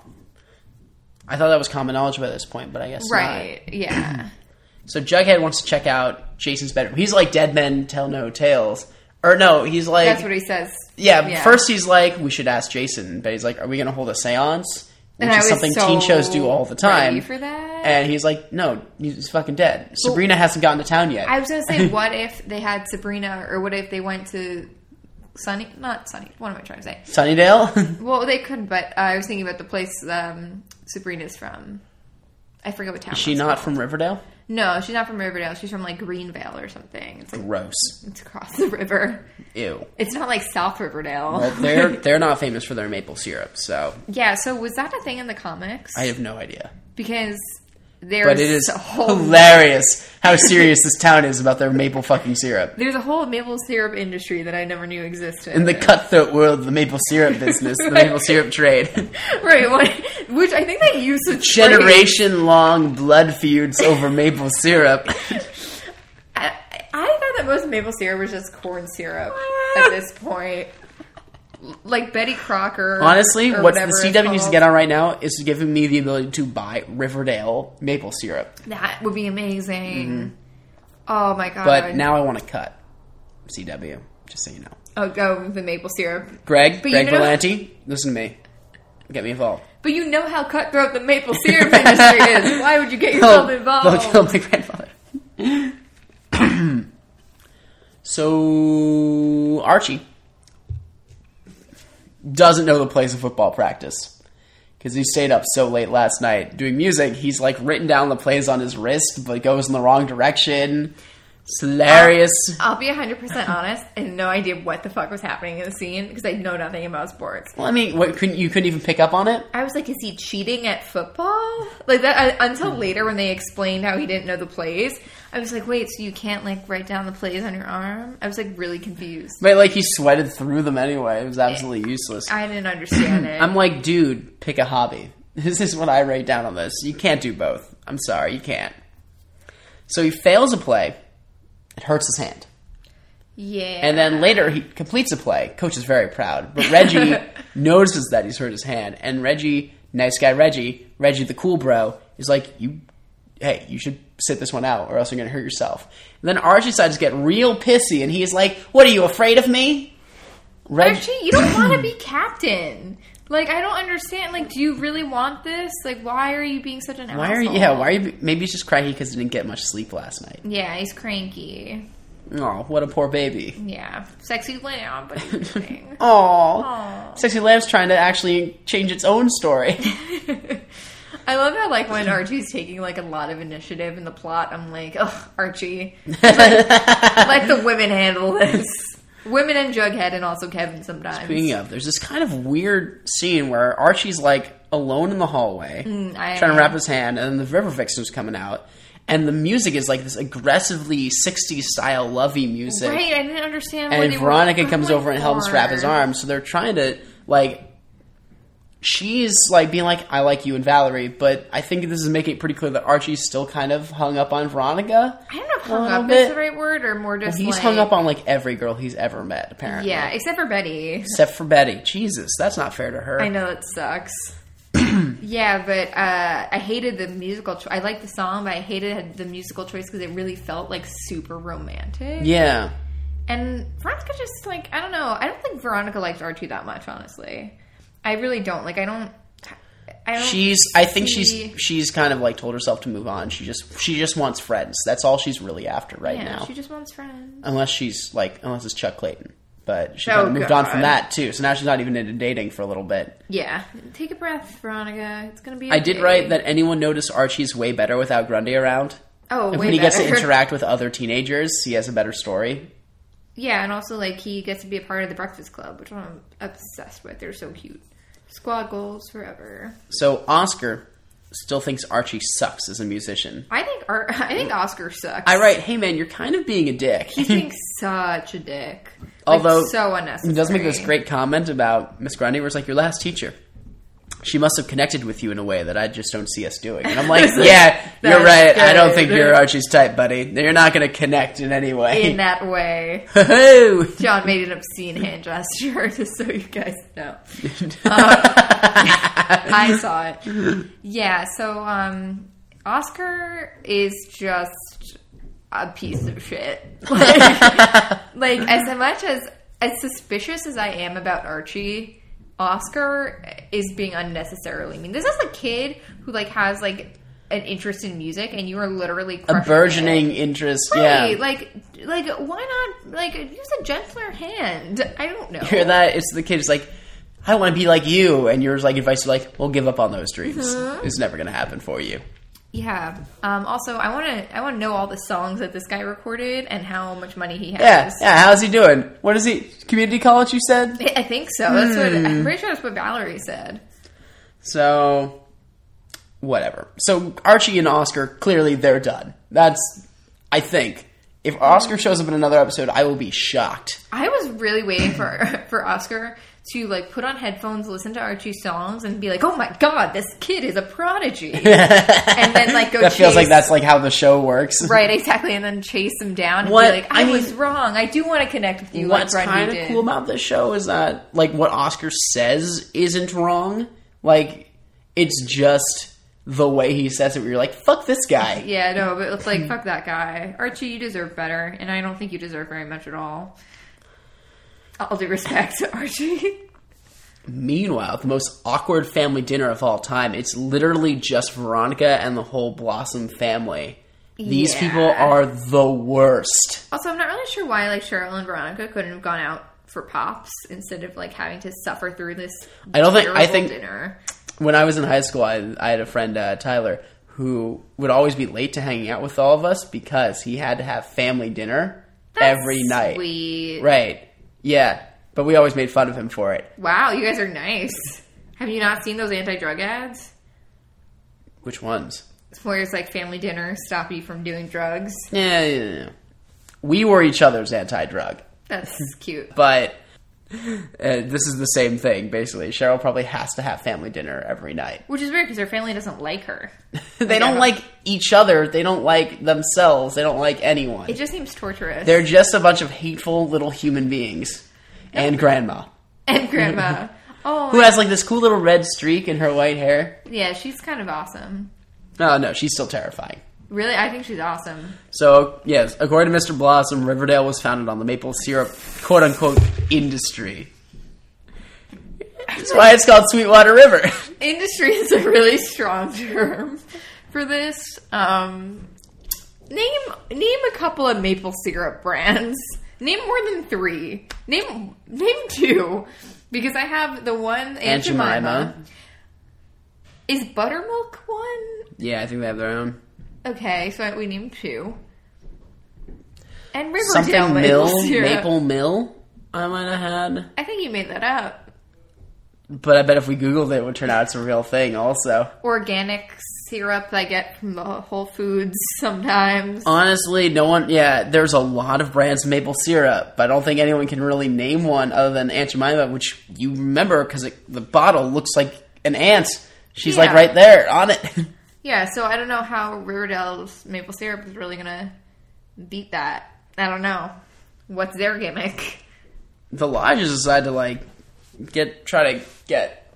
Speaker 2: I thought that was common knowledge by this point, but I guess right.
Speaker 1: Right. Yeah.
Speaker 2: So Jughead wants to check out Jason's bedroom. He's like dead men tell no tales, or no, he's like
Speaker 1: That's what he says.
Speaker 2: Yeah, first he's like, we should ask Jason. But he's like, are we going to hold a seance? Which
Speaker 1: And I
Speaker 2: is
Speaker 1: was
Speaker 2: something
Speaker 1: so
Speaker 2: teen shows do all the time.
Speaker 1: ready for that.
Speaker 2: And he's like, no, he's fucking dead. Sabrina hasn't gotten to town yet.
Speaker 1: I was gonna say, what if they had Sabrina, or what if they went to Sunny? Not Sunny. What am I trying to say?
Speaker 2: Sunnydale?
Speaker 1: Well, they could, but uh, I was thinking about the place um, Sabrina's from. I forget what town.
Speaker 2: Is she
Speaker 1: that's
Speaker 2: not
Speaker 1: called.
Speaker 2: from Riverdale?
Speaker 1: No, she's not from Riverdale. She's from like Greenvale or something. It's, like,
Speaker 2: Gross.
Speaker 1: it's across the river.
Speaker 2: Ew.
Speaker 1: It's not like South Riverdale.
Speaker 2: Well, they're, they're not famous for their maple syrup, so
Speaker 1: yeah. So was that a thing in the comics?
Speaker 2: I have no idea.
Speaker 1: because there's
Speaker 2: But it is
Speaker 1: a whole
Speaker 2: hilarious how serious this town is about their maple fucking syrup.
Speaker 1: there's a whole maple syrup industry that I never knew existed.
Speaker 2: In the cutthroat world of the maple syrup business, the maple syrup trade.
Speaker 1: right, what, which I think they use to
Speaker 2: generation long blood feuds over maple syrup.
Speaker 1: I, I thought that most maple syrup was just corn syrup at this point. Like Betty Crocker.
Speaker 2: Honestly,
Speaker 1: or
Speaker 2: what
Speaker 1: whatever
Speaker 2: the
Speaker 1: it's
Speaker 2: CW needs to
Speaker 1: called.
Speaker 2: get on right now is giving me the ability to buy Riverdale maple syrup.
Speaker 1: That would be amazing. Oh my god.
Speaker 2: Mm-hmm. But now I want to cut CW, just so you know.
Speaker 1: I'll Oh, go with the maple syrup.
Speaker 2: Greg,
Speaker 1: But you
Speaker 2: Greg
Speaker 1: know-
Speaker 2: Valenti, listen to me. Get me involved.
Speaker 1: But you know how cutthroat the maple syrup industry is. Why would you get yourself
Speaker 2: they'll kill
Speaker 1: involved?
Speaker 2: my grandfather. so Archie doesn't know the place of football practice because he stayed up so late last night doing music. He's like written down the plays on his wrist, but it goes in the wrong direction. It's hilarious.
Speaker 1: I'll be 100% honest and no idea what the fuck was happening in the scene because I know nothing about sports.
Speaker 2: well, I mean, what, couldn't you couldn't even pick up on it?
Speaker 1: I was like, is he cheating at football? Like that I, until
Speaker 2: Hmm.
Speaker 1: later when they explained how he didn't know the plays. I was like, wait, so you can't like write down the plays on your arm? I was like really confused.
Speaker 2: But like he sweated through them anyway. It was absolutely useless.
Speaker 1: I didn't understand it.
Speaker 2: I'm like, dude, pick a hobby. This is what I write down on this. You can't do both. I'm sorry, you can't. So he fails a play. It hurts his hand.
Speaker 1: yeah.
Speaker 2: And then later he completes a play. Coach is very proud. But Reggie notices that he's hurt his hand. And Reggie, nice guy Reggie, Reggie the cool bro, is like, you, hey, you should sit this one out or else you're going to hurt yourself. And then Archie decides to get real pissy and he's like, what are you afraid of me? Reg-
Speaker 1: Archie, you don't want to be captain. Like I don't understand. Like, do you really want this? Like, why are you being such an
Speaker 2: Why are
Speaker 1: asshole?
Speaker 2: you, yeah, why are you, maybe he's just cranky because he didn't get much sleep last night.
Speaker 1: Yeah, he's cranky.
Speaker 2: Oh, what a poor baby.
Speaker 1: Yeah, sexy lamb, but he's annoying.
Speaker 2: Oh, Sexy Lamb's trying to actually change its own story.
Speaker 1: I love how like when Archie's taking like a lot of initiative in the plot, I'm like, ugh, Archie, let, let the women handle this. Women and Jughead, and also Kevin sometimes.
Speaker 2: Speaking of, there's this kind of weird scene where Archie's like alone in the hallway,
Speaker 1: I-
Speaker 2: trying to wrap his hand, and then the River Vixen's coming out, and the music is like this aggressively 60s style lovey music.
Speaker 1: right, I didn't understand. where
Speaker 2: and
Speaker 1: they were
Speaker 2: Veronica comes
Speaker 1: going
Speaker 2: over and helps
Speaker 1: for.
Speaker 2: wrap his arm. So they're trying to like. She's like being like, "I like you and Valerie," but I think this is making it pretty clear that Archie's still kind of hung up on Veronica.
Speaker 1: I don't know if
Speaker 2: a
Speaker 1: hung
Speaker 2: little
Speaker 1: up is
Speaker 2: bit.
Speaker 1: the right word, or more just
Speaker 2: He's
Speaker 1: like-
Speaker 2: hung up on like every girl he's ever met, apparently.
Speaker 1: Yeah, except for Betty.
Speaker 2: Except for Betty. Jesus, that's not fair to her.
Speaker 1: I know it sucks. yeah, but uh, I hated the musical. Cho- I liked the song, but I hated the musical choice because it really felt like super romantic.
Speaker 2: Yeah.
Speaker 1: And Veronica just like I don't know. I don't think Veronica liked Archie that much, honestly. I really don't. Like I don't. I don't.
Speaker 2: She's. I think
Speaker 1: see-
Speaker 2: she's. She's kind of like told herself to move on. She just. She just wants friends. That's all she's really after right
Speaker 1: yeah,
Speaker 2: now.
Speaker 1: she just wants friends.
Speaker 2: unless she's like unless it's Chuck Clayton. But she
Speaker 1: Oh,
Speaker 2: kind of moved on
Speaker 1: God.
Speaker 2: from that too, so now she's not even into dating for a little bit.
Speaker 1: Yeah, take a breath, Veronica. It's gonna be.
Speaker 2: I did
Speaker 1: okay.
Speaker 2: write that anyone notice Archie's way better without Grundy around.
Speaker 1: Oh,
Speaker 2: And
Speaker 1: way
Speaker 2: when he gets to
Speaker 1: better.
Speaker 2: interact with other teenagers, he has a better story.
Speaker 1: Yeah, and also like he gets to be a part of the Breakfast Club, which I'm obsessed with. They're so cute. Squad goals forever.
Speaker 2: So Oscar still thinks Archie sucks as a musician.
Speaker 1: I think Ar- I think Oscar sucks.
Speaker 2: I write, hey man, you're kind of being a dick.
Speaker 1: He's being such a dick. Like,
Speaker 2: Although,
Speaker 1: so unnecessary.
Speaker 2: He does make this great comment about Miss Grundy, where it's like, your last teacher. She must have connected with you in a way that I just don't see us doing. And I'm like,
Speaker 1: It's like,
Speaker 2: yeah, you're
Speaker 1: that's
Speaker 2: right. I don't
Speaker 1: good.
Speaker 2: think you're Archie's type, buddy. You're not going to connect in any way.
Speaker 1: in that way.
Speaker 2: Hoo-hoo.
Speaker 1: John made an obscene hand gesture, just so you guys know. Um, I saw it. Yeah, so um, Oscar is just a piece of shit. Like, like, as much as as suspicious as I am about Archie, Oscar is being unnecessarily mean. This is a kid who like has like an interest in music, and you are literally
Speaker 2: a
Speaker 1: crushing it.
Speaker 2: burgeoning interest.
Speaker 1: Right,
Speaker 2: Yeah.
Speaker 1: like, like, why not? Like, use a gentler hand. I don't know.
Speaker 2: Hear that? It's the kid is like, I want to be like you. And yours, like, advice is like, well, give up on those dreams.
Speaker 1: Mm-hmm.
Speaker 2: It's never going to happen for you.
Speaker 1: Yeah. Um, also, I want to I want to know all the songs that this guy recorded and how much money he
Speaker 2: Yeah.
Speaker 1: has.
Speaker 2: Yeah. How's he doing? What is he? Community college, you said?
Speaker 1: I- I think so. That's what
Speaker 2: Hmm.
Speaker 1: I'm pretty sure that's what Valerie said.
Speaker 2: So, whatever. So, Archie and Oscar, clearly they're done. That's, I think. If Oscar shows up in another episode, I will be shocked.
Speaker 1: I was really waiting for for Oscar to like put on headphones, listen to Archie's songs, and be like, "Oh my god, this kid is a prodigy," and then like go
Speaker 2: That feels
Speaker 1: chase-
Speaker 2: like that's like how the show works.
Speaker 1: Right, exactly, and then chase him down and
Speaker 2: What-
Speaker 1: be like, "I,
Speaker 2: I mean-
Speaker 1: was wrong. I do want to connect with you."
Speaker 2: What's
Speaker 1: like Grundy
Speaker 2: kind of
Speaker 1: did."
Speaker 2: cool about this show is that, like, what Oscar says isn't wrong. Like, it's just the way he says it. Where you're like, "Fuck this guy."
Speaker 1: Yeah, no, but it's
Speaker 2: Mm-hmm.
Speaker 1: like fuck that guy, Archie. You deserve better, and I don't think you deserve very much at all. All due respect, Archie.
Speaker 2: Meanwhile, the most awkward family dinner of all time. It's literally just Veronica and the whole Blossom family. These
Speaker 1: Yeah.
Speaker 2: people are the worst.
Speaker 1: Also, I'm not really sure why like Cheryl and Veronica couldn't have gone out for pops instead of like having to suffer through this.
Speaker 2: I don't think- I
Speaker 1: terrible
Speaker 2: think-
Speaker 1: dinner.
Speaker 2: when I was in high school, I, I had a friend, uh, Tyler, who would always be late to hanging out with all of us because he had to have family dinner
Speaker 1: That's
Speaker 2: every night.
Speaker 1: Sweet.
Speaker 2: Right. Yeah. But we always made fun of him for it.
Speaker 1: Wow, you guys are nice. Have you not seen those anti-drug ads?
Speaker 2: Which ones?
Speaker 1: It's where it's like family dinner, stop you from doing drugs.
Speaker 2: Yeah, yeah, yeah, yeah. We were each other's anti drug.
Speaker 1: That's cute.
Speaker 2: But uh, this is the same thing, basically. Cheryl probably has to have family dinner every night.
Speaker 1: Which is weird because her family doesn't like her.
Speaker 2: they don't
Speaker 1: I-
Speaker 2: like each other. They don't like themselves. They don't like anyone.
Speaker 1: It just seems torturous.
Speaker 2: They're just a bunch of hateful little human beings. And grandma.
Speaker 1: and grandma. Oh,
Speaker 2: who has like this cool little red streak in her white hair.
Speaker 1: yeah, she's kind of awesome.
Speaker 2: No, no, she's still terrifying.
Speaker 1: Really, I think she's awesome.
Speaker 2: So, yes, according to Mr. Blossom, Riverdale was founded on the maple syrup quote unquote industry. That's why it's called Sweetwater River.
Speaker 1: Industry is a really strong term for this. Um, name name a couple of maple syrup brands. Name more than three. Name name two, because I have the one
Speaker 2: Aunt
Speaker 1: Aunt
Speaker 2: Jemima.
Speaker 1: Jemima. Is buttermilk one?
Speaker 2: Yeah, I think they have their own.
Speaker 1: Okay, so we named two. And Riverdale maple
Speaker 2: Something Mill?
Speaker 1: syrup.
Speaker 2: Maple Mill? I might have had.
Speaker 1: I think you made that up.
Speaker 2: But I bet if we Googled it, it would turn out it's a real thing also.
Speaker 1: organic syrup I get from uh, Whole Foods sometimes.
Speaker 2: Honestly, no one. Yeah, there's a lot of brands of maple syrup, but I don't think anyone can really name one other than Aunt Jemima, which you remember because the bottle looks like an ant. She's like
Speaker 1: Yeah.
Speaker 2: right there on it.
Speaker 1: Yeah, so I don't know how Riverdale's maple syrup is really gonna beat that. I don't know. What's their gimmick?
Speaker 2: the lodges decide to like get try to get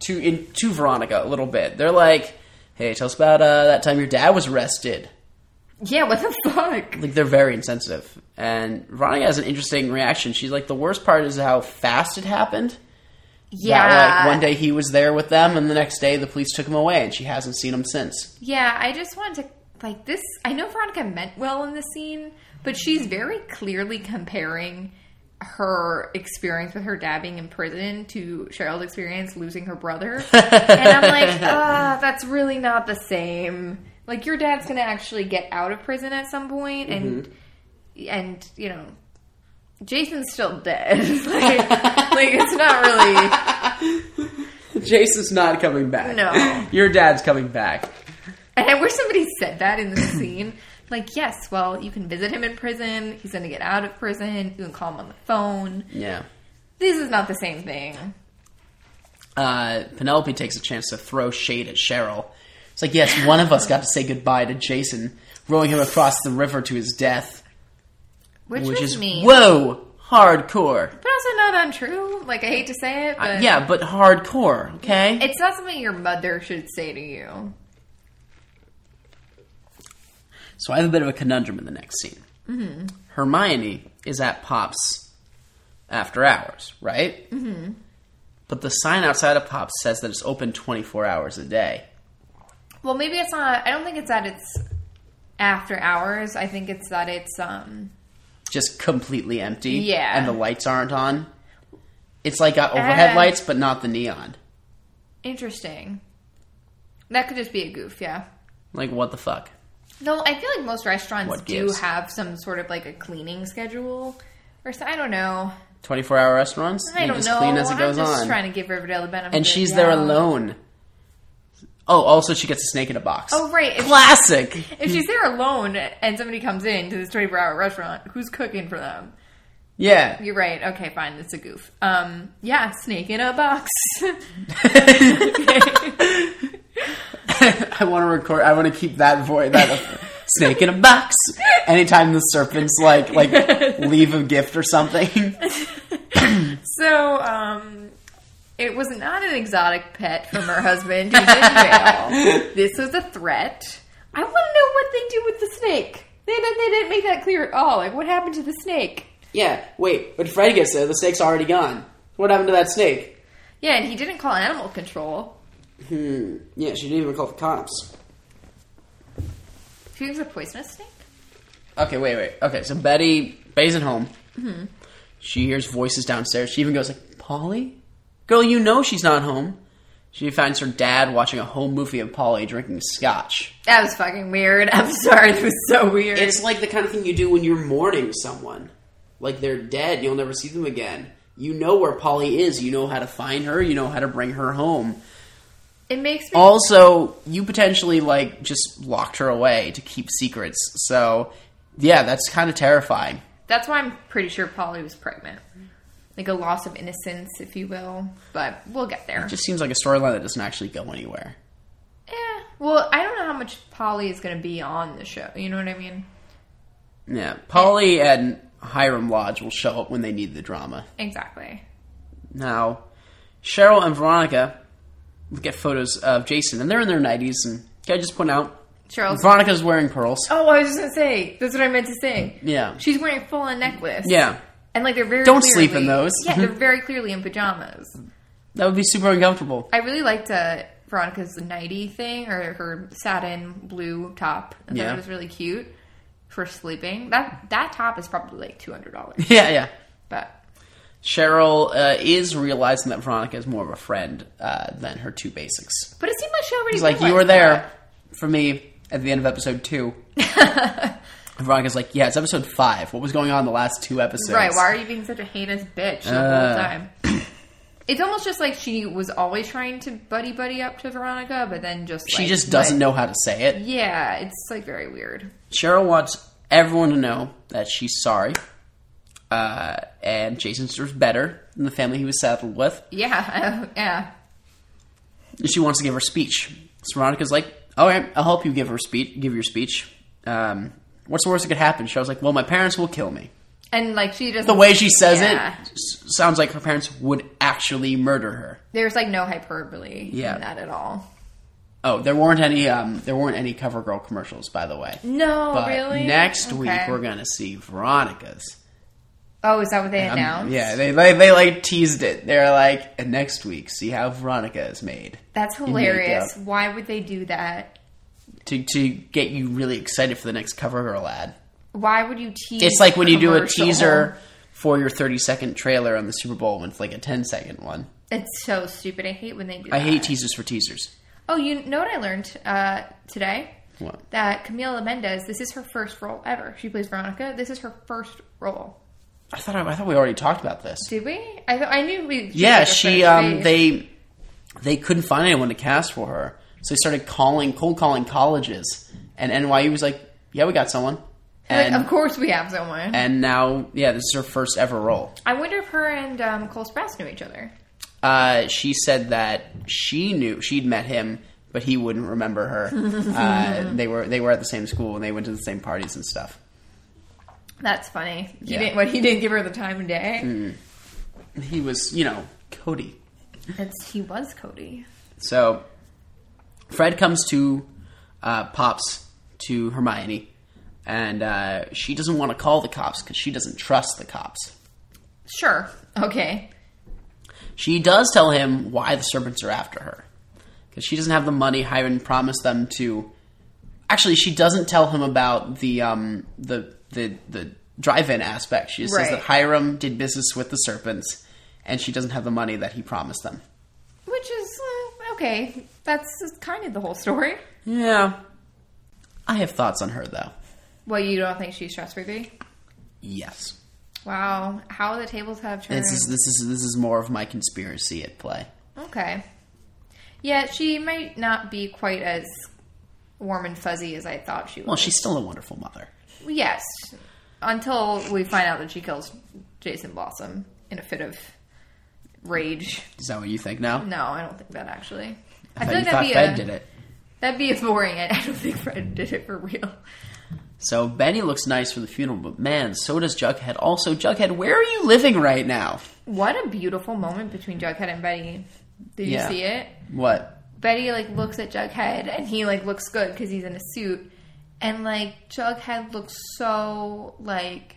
Speaker 2: to in to Veronica a little bit. They're like, "Hey, tell us about uh, that time your dad was arrested."
Speaker 1: Yeah, what the fuck?
Speaker 2: Like they're very insensitive, and Veronica has an interesting reaction. She's like, "The worst part is how fast it happened."
Speaker 1: Yeah,
Speaker 2: That, like, one day he was there with them, and the next day the police took him away, and she hasn't seen him since.
Speaker 1: Yeah, I just wanted to like this. I know Veronica meant well in the scene, but she's very clearly comparing her experience with her dad being in prison to Cheryl's experience losing her brother, and I'm like, ah, that's really not the same. Like your dad's gonna actually get out of prison at some point, and and you know, Jason's still dead. like, like it's not really
Speaker 2: Jason's not coming back.
Speaker 1: No.
Speaker 2: Your dad's coming back.
Speaker 1: And I wish somebody said that in the scene. Like, yes, well, you can visit him in prison. He's going to get out of prison. You can call him on the phone.
Speaker 2: Yeah.
Speaker 1: This is not the same thing.
Speaker 2: Uh, Penelope takes a chance to throw shade at Cheryl. It's like, yes, one of us got to say goodbye to Jason, rowing him across the river to his death,
Speaker 1: Which,
Speaker 2: which
Speaker 1: was
Speaker 2: is
Speaker 1: mean.
Speaker 2: whoa, hardcore.
Speaker 1: But also not untrue. Like, I hate to say it, but
Speaker 2: Yeah, but hardcore. Okay.
Speaker 1: it's not something your mother should say to you.
Speaker 2: So I have a bit of a conundrum in the next scene.
Speaker 1: Mm-hmm.
Speaker 2: Hermione is at Pop's after hours, right? Mm-hmm. But the sign outside of Pop's says that it's open 24 hours a day.
Speaker 1: Well, maybe it's not. I don't think it's that it's after hours. I think it's that it's um.
Speaker 2: Just completely empty.
Speaker 1: Yeah.
Speaker 2: And the lights aren't on. It's like got overhead
Speaker 1: Ah.
Speaker 2: lights, but not the neon.
Speaker 1: Interesting. That could just be a goof, yeah.
Speaker 2: Like, what the fuck?
Speaker 1: Though I feel like most restaurants
Speaker 2: What
Speaker 1: do
Speaker 2: gives?
Speaker 1: have some sort of like a cleaning schedule, or so, I don't know.
Speaker 2: 24 hour restaurants?
Speaker 1: I
Speaker 2: They
Speaker 1: don't
Speaker 2: just
Speaker 1: know.
Speaker 2: clean as it goes
Speaker 1: I'm just
Speaker 2: on.
Speaker 1: trying to give Riverdale the benefit.
Speaker 2: and
Speaker 1: of the
Speaker 2: she's there
Speaker 1: doubt.
Speaker 2: alone. Oh, also, she gets a snake in a box.
Speaker 1: Oh right. If,
Speaker 2: Classic!
Speaker 1: if she's there alone and somebody comes in to this 24 hour restaurant, who's cooking for them?
Speaker 2: Yeah.
Speaker 1: You're right. Okay, fine. That's a goof. Um, yeah, snake in a box.
Speaker 2: I want to record. I want to keep that voice, that snake in a box. Anytime the serpents like like leave a gift or something.
Speaker 1: So, um, it was not an exotic pet from her husband who's in jail. this was a threat. I want to know what they do with the snake. They didn't, they didn't make that clear at all. Like, what happened to the snake?
Speaker 2: Yeah. Wait. When Freddy gets there, the snake's already gone. What happened to that snake?
Speaker 1: Yeah, and he didn't call animal control.
Speaker 2: Hmm. Yeah. She didn't even call the cops.
Speaker 1: She was a poisonous snake?
Speaker 2: Okay. Wait. Wait. Okay. So Betty Betty's at home. She hears voices downstairs. She even goes like, "Polly, girl, you know she's not home." She finds her dad watching a home movie of Polly drinking scotch.
Speaker 1: That was fucking weird. I'm sorry. That was so weird.
Speaker 2: It's like the kind of thing you do when you're mourning someone. Like they're dead, you'll never see them again. You know where Polly is, you know how to find her, you know how to bring her home.
Speaker 1: it makes me.
Speaker 2: Also, you potentially like just locked her away to keep secrets. So, yeah, that's kind of terrifying.
Speaker 1: That's why I'm pretty sure Polly was pregnant. Like a loss of innocence, if you will. But we'll get there.
Speaker 2: Just seems like a storyline that doesn't actually go anywhere.
Speaker 1: Yeah. Well, I don't know how much Polly is going to be on the show. You know what I mean?
Speaker 2: Yeah, Polly and Hiram Lodge will show up when they need the drama.
Speaker 1: Exactly.
Speaker 2: Now, Cheryl and Veronica look at photos of Jason, and they're in their 90s. And can I just point out,
Speaker 1: Cheryl's.
Speaker 2: Veronica's wearing pearls.
Speaker 1: oh, I was just gonna say. That's what I meant to say.
Speaker 2: Yeah.
Speaker 1: She's wearing a full on necklace.
Speaker 2: Yeah.
Speaker 1: And like they're very
Speaker 2: Don't sleep in
Speaker 1: clearly-
Speaker 2: those.
Speaker 1: yeah, they're very clearly in pajamas.
Speaker 2: That would be super uncomfortable.
Speaker 1: I really liked uh, Veronica's nighty thing or her satin blue top. I thought
Speaker 2: Yeah.
Speaker 1: it was really cute for sleeping. That that top is probably like two hundred dollars.
Speaker 2: Yeah, yeah.
Speaker 1: but
Speaker 2: Cheryl uh, is realizing that Veronica is more of a friend uh, than her two basics.
Speaker 1: but it seemed like she already
Speaker 2: It's like, you
Speaker 1: realized
Speaker 2: were there
Speaker 1: that.
Speaker 2: for me at the end of episode two. And Veronica's like, yeah, it's episode five. What was going on in the last two episodes?
Speaker 1: Right, why are you being such a heinous bitch the
Speaker 2: Uh.
Speaker 1: whole time? It's almost just like she was always trying to buddy buddy up to Veronica, but then just
Speaker 2: She
Speaker 1: like,
Speaker 2: just doesn't
Speaker 1: what-
Speaker 2: know how to say it.
Speaker 1: Yeah, it's like very weird.
Speaker 2: Cheryl wants everyone to know that she's sorry. Uh, and Jason deserves better than the family he was saddled with.
Speaker 1: Yeah, yeah.
Speaker 2: And she wants to give her speech. So Veronica's like, "All right, I'll help you give her speech. Give your speech. Um, what's the worst that could happen?" She was like, "Well, my parents will kill me."
Speaker 1: And like she doesn't.
Speaker 2: The way she says
Speaker 1: Yeah.
Speaker 2: it s- sounds like her parents would actually murder her.
Speaker 1: there's like no hyperbole
Speaker 2: Yeah.
Speaker 1: in that at all.
Speaker 2: Oh, there weren't any. Um, there weren't any CoverGirl commercials, by the way.
Speaker 1: No,
Speaker 2: But
Speaker 1: Oh, really.
Speaker 2: next
Speaker 1: Okay.
Speaker 2: week we're gonna see Veronica's.
Speaker 1: Oh, is that what they
Speaker 2: Um,
Speaker 1: announced?
Speaker 2: yeah, they like they like teased it. They're like, and next week, see how Veronica is made
Speaker 1: That's
Speaker 2: in makeup.
Speaker 1: hilarious. Why would they do that?
Speaker 2: to to get you really excited for the next CoverGirl ad.
Speaker 1: Why would you tease?
Speaker 2: It's like when you do a
Speaker 1: commercial?
Speaker 2: teaser for your 30 second trailer on the Super Bowl when it's like a 10 second one.
Speaker 1: It's so stupid. I hate when they do.
Speaker 2: I
Speaker 1: that.
Speaker 2: hate teasers for teasers.
Speaker 1: Oh, you know what I learned uh, today?
Speaker 2: What?
Speaker 1: That Camila Mendez, this is her first role ever. She plays Veronica. This is her first role.
Speaker 2: I thought I, I thought we already talked about this.
Speaker 1: Did we? I th- I knew we.
Speaker 2: yeah,
Speaker 1: was a
Speaker 2: she
Speaker 1: fresh
Speaker 2: um
Speaker 1: face.
Speaker 2: they they couldn't find anyone to cast for her, so they started calling cold calling colleges, and NYU was like, "Yeah, we got someone,"
Speaker 1: They're
Speaker 2: and
Speaker 1: like, of course we have someone.
Speaker 2: and now yeah, this is her first ever role.
Speaker 1: I wonder if her and um, Cole Sprouse knew each other.
Speaker 2: Uh, she said that she knew she'd met him, but he wouldn't remember her. uh, they were they were at the same school and they went to the same parties and stuff.
Speaker 1: That's funny. He
Speaker 2: Yeah.
Speaker 1: didn't. What he didn't give her the time of day.
Speaker 2: He was you know Cody.
Speaker 1: It's, he was Cody.
Speaker 2: So Fred comes to uh, Pops to Hermione, and uh, she doesn't want to call the cops because she doesn't trust the cops.
Speaker 1: Sure. Okay.
Speaker 2: She does tell him why the serpents are after her because she doesn't have the money. Hiram promised them to. Actually, she doesn't tell him about the um, the the the drive-in aspect. She just says
Speaker 1: Right.
Speaker 2: that Hiram did business with the serpents, and she doesn't have the money that he promised them.
Speaker 1: Which is uh, okay. That's kind of the whole story.
Speaker 2: Yeah, I have thoughts on her though.
Speaker 1: Well, you don't think she's stress worthy?
Speaker 2: Yes.
Speaker 1: Wow. How the tables have turned.
Speaker 2: This is this is this is more of my conspiracy at play.
Speaker 1: Okay. Yeah, she might not be quite as warm and fuzzy as I thought she was.
Speaker 2: Well, she's still a wonderful mother.
Speaker 1: yes. Until we find out that she kills Jason Blossom in a fit of rage.
Speaker 2: Is that what you think now?
Speaker 1: No, I don't think that actually.
Speaker 2: I thought
Speaker 1: feel like
Speaker 2: you thought
Speaker 1: that'd be
Speaker 2: Fred
Speaker 1: a
Speaker 2: did it.
Speaker 1: that'd be a boring. I don't think Fred did it for real.
Speaker 2: So Benny looks nice for the funeral, but man, so does Jughead. Also, Jughead, where are you living right now?
Speaker 1: What a beautiful moment between Jughead and Betty. Did you
Speaker 2: Yeah.
Speaker 1: see it?
Speaker 2: What?
Speaker 1: Betty like looks at Jughead and he like looks good because he's in a suit, and like Jughead looks so like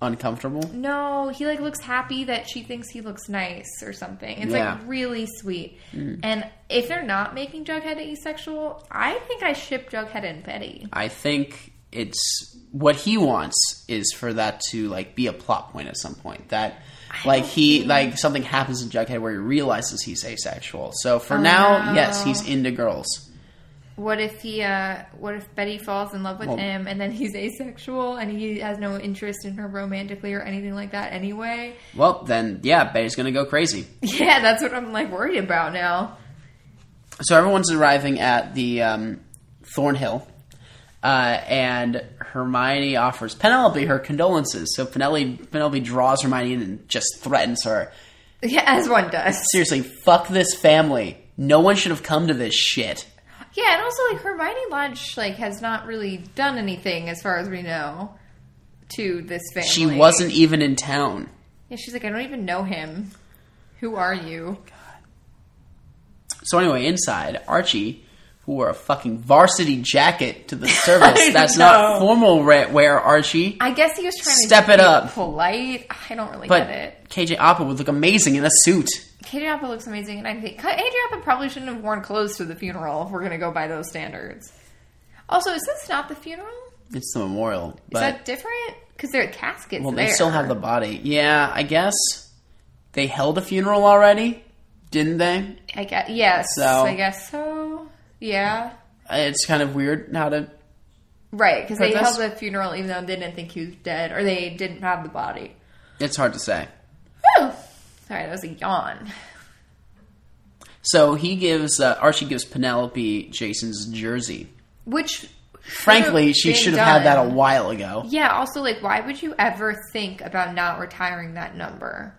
Speaker 2: Uncomfortable?
Speaker 1: no, he like looks happy that she thinks he looks nice or something. It's
Speaker 2: Yeah. Mm.
Speaker 1: like really sweet. And if they're not making Jughead asexual, I think I ship Jughead and Betty.
Speaker 2: I think it's what he wants is for that to like be a plot point at some point. That like he like something happens in Jughead where he realizes he's asexual. So for now, yes, he's into girls.
Speaker 1: What if he? uh What if Betty falls in love with
Speaker 2: Well-
Speaker 1: him and then he's asexual and he has no interest in her romantically or anything like that anyway?
Speaker 2: Well, then yeah, Betty's gonna go crazy.
Speaker 1: Yeah, that's what I'm like worried about now.
Speaker 2: so everyone's arriving at the um, Thornhill, uh, and Hermione offers Penelope her condolences. So Penelope Penelope draws Hermione in and just threatens her.
Speaker 1: Yeah, as one does.
Speaker 2: Seriously, fuck this family. No one should have come to this shit.
Speaker 1: Yeah, and also like Hermione Lodge like has not really done anything as far as we know to this family.
Speaker 2: She wasn't even in town.
Speaker 1: Yeah, she's like, I don't even know him. Who are you?
Speaker 2: So anyway, inside Archie, who wore a fucking varsity jacket to the service.
Speaker 1: I
Speaker 2: That's
Speaker 1: know.
Speaker 2: not formal re- wear, Archie.
Speaker 1: I guess he was trying to
Speaker 2: Step it
Speaker 1: be
Speaker 2: up.
Speaker 1: polite. I don't really
Speaker 2: But
Speaker 1: get it.
Speaker 2: KJ Oppa would look amazing in a suit.
Speaker 1: Katie Appa looks amazing, and I think Ka- Katie Appa probably shouldn't have worn clothes to the funeral if we're going to go by those standards. Also, is this not the funeral?
Speaker 2: It's the memorial.
Speaker 1: Is
Speaker 2: But
Speaker 1: that different? Because there are caskets
Speaker 2: Well,
Speaker 1: there.
Speaker 2: they still have the body. Yeah, I guess they held a funeral already, didn't they?
Speaker 1: I guess yes.
Speaker 2: So-
Speaker 1: I guess so. Yeah.
Speaker 2: Uh, It's kind of weird how to.
Speaker 1: Right, because they
Speaker 2: Purpose?
Speaker 1: held the funeral even though they didn't think he was dead, or they didn't have the body.
Speaker 2: It's hard to say.
Speaker 1: Whew. Sorry, that was a yawn.
Speaker 2: So he gives uh, Archie gives Penelope Jason's jersey.
Speaker 1: Which,
Speaker 2: Frankly,
Speaker 1: should've
Speaker 2: she
Speaker 1: been
Speaker 2: should have had that a
Speaker 1: done.
Speaker 2: while ago.
Speaker 1: Yeah. Also, like, why would you ever think about not retiring that number?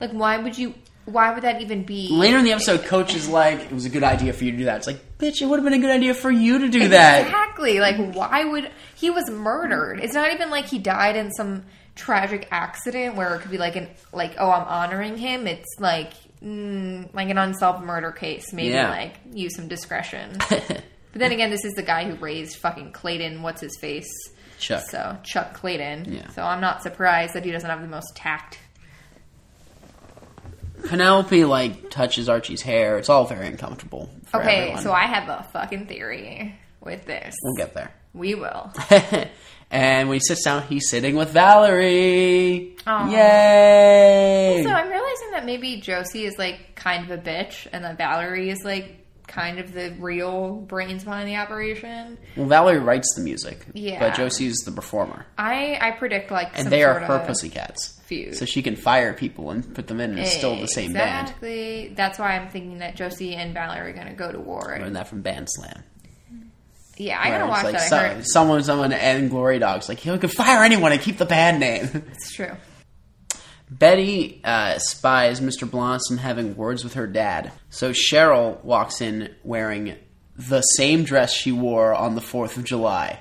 Speaker 1: Like, why would you? Why would that even be?
Speaker 2: Later in the episode, Coach is like, "It was a good idea for you to do that." It's like, bitch, it would have been a good idea for you to do that.
Speaker 1: Exactly. Like, why would he was murdered? It's not even like he died in some tragic accident where it could be like an like oh I'm honoring him. It's like mm, like an unsolved murder case. Maybe
Speaker 2: Yeah.
Speaker 1: like use some discretion. but then again, this is the guy who raised fucking Clayton. What's his face?
Speaker 2: Chuck.
Speaker 1: So Chuck Clayton.
Speaker 2: Yeah.
Speaker 1: So I'm not surprised that he doesn't have the most tact.
Speaker 2: Penelope like touches Archie's hair. It's all very uncomfortable. For
Speaker 1: Okay,
Speaker 2: everyone.
Speaker 1: so I have a fucking theory with this.
Speaker 2: we'll get there.
Speaker 1: We will.
Speaker 2: and when he sits down, he's sitting with Valerie.
Speaker 1: Aw.
Speaker 2: Yay!
Speaker 1: So I'm realizing that maybe Josie is like kind of a bitch, and that Valerie is like kind of the real brains behind the operation.
Speaker 2: Well, Valerie writes the music,
Speaker 1: Yeah.
Speaker 2: but Josie's the performer,
Speaker 1: I I predict like
Speaker 2: and
Speaker 1: some
Speaker 2: they are
Speaker 1: sort
Speaker 2: her
Speaker 1: of-
Speaker 2: pussycats.
Speaker 1: feud.
Speaker 2: So she can fire people and put them in, and it's still the same band.
Speaker 1: exactly. That's why I'm thinking that Josie and Valerie are going to go to war.
Speaker 2: Learned that from Band Slam.
Speaker 1: yeah, I gotta
Speaker 2: Where
Speaker 1: watch
Speaker 2: it's like
Speaker 1: that.
Speaker 2: so-
Speaker 1: I heard
Speaker 2: someone, someone, and Glory Dogs like he could fire anyone and keep the band name.
Speaker 1: it's true.
Speaker 2: Betty uh, spies Mr. Blossom having words with her dad. So Cheryl walks in wearing the same dress she wore on the 4th of July.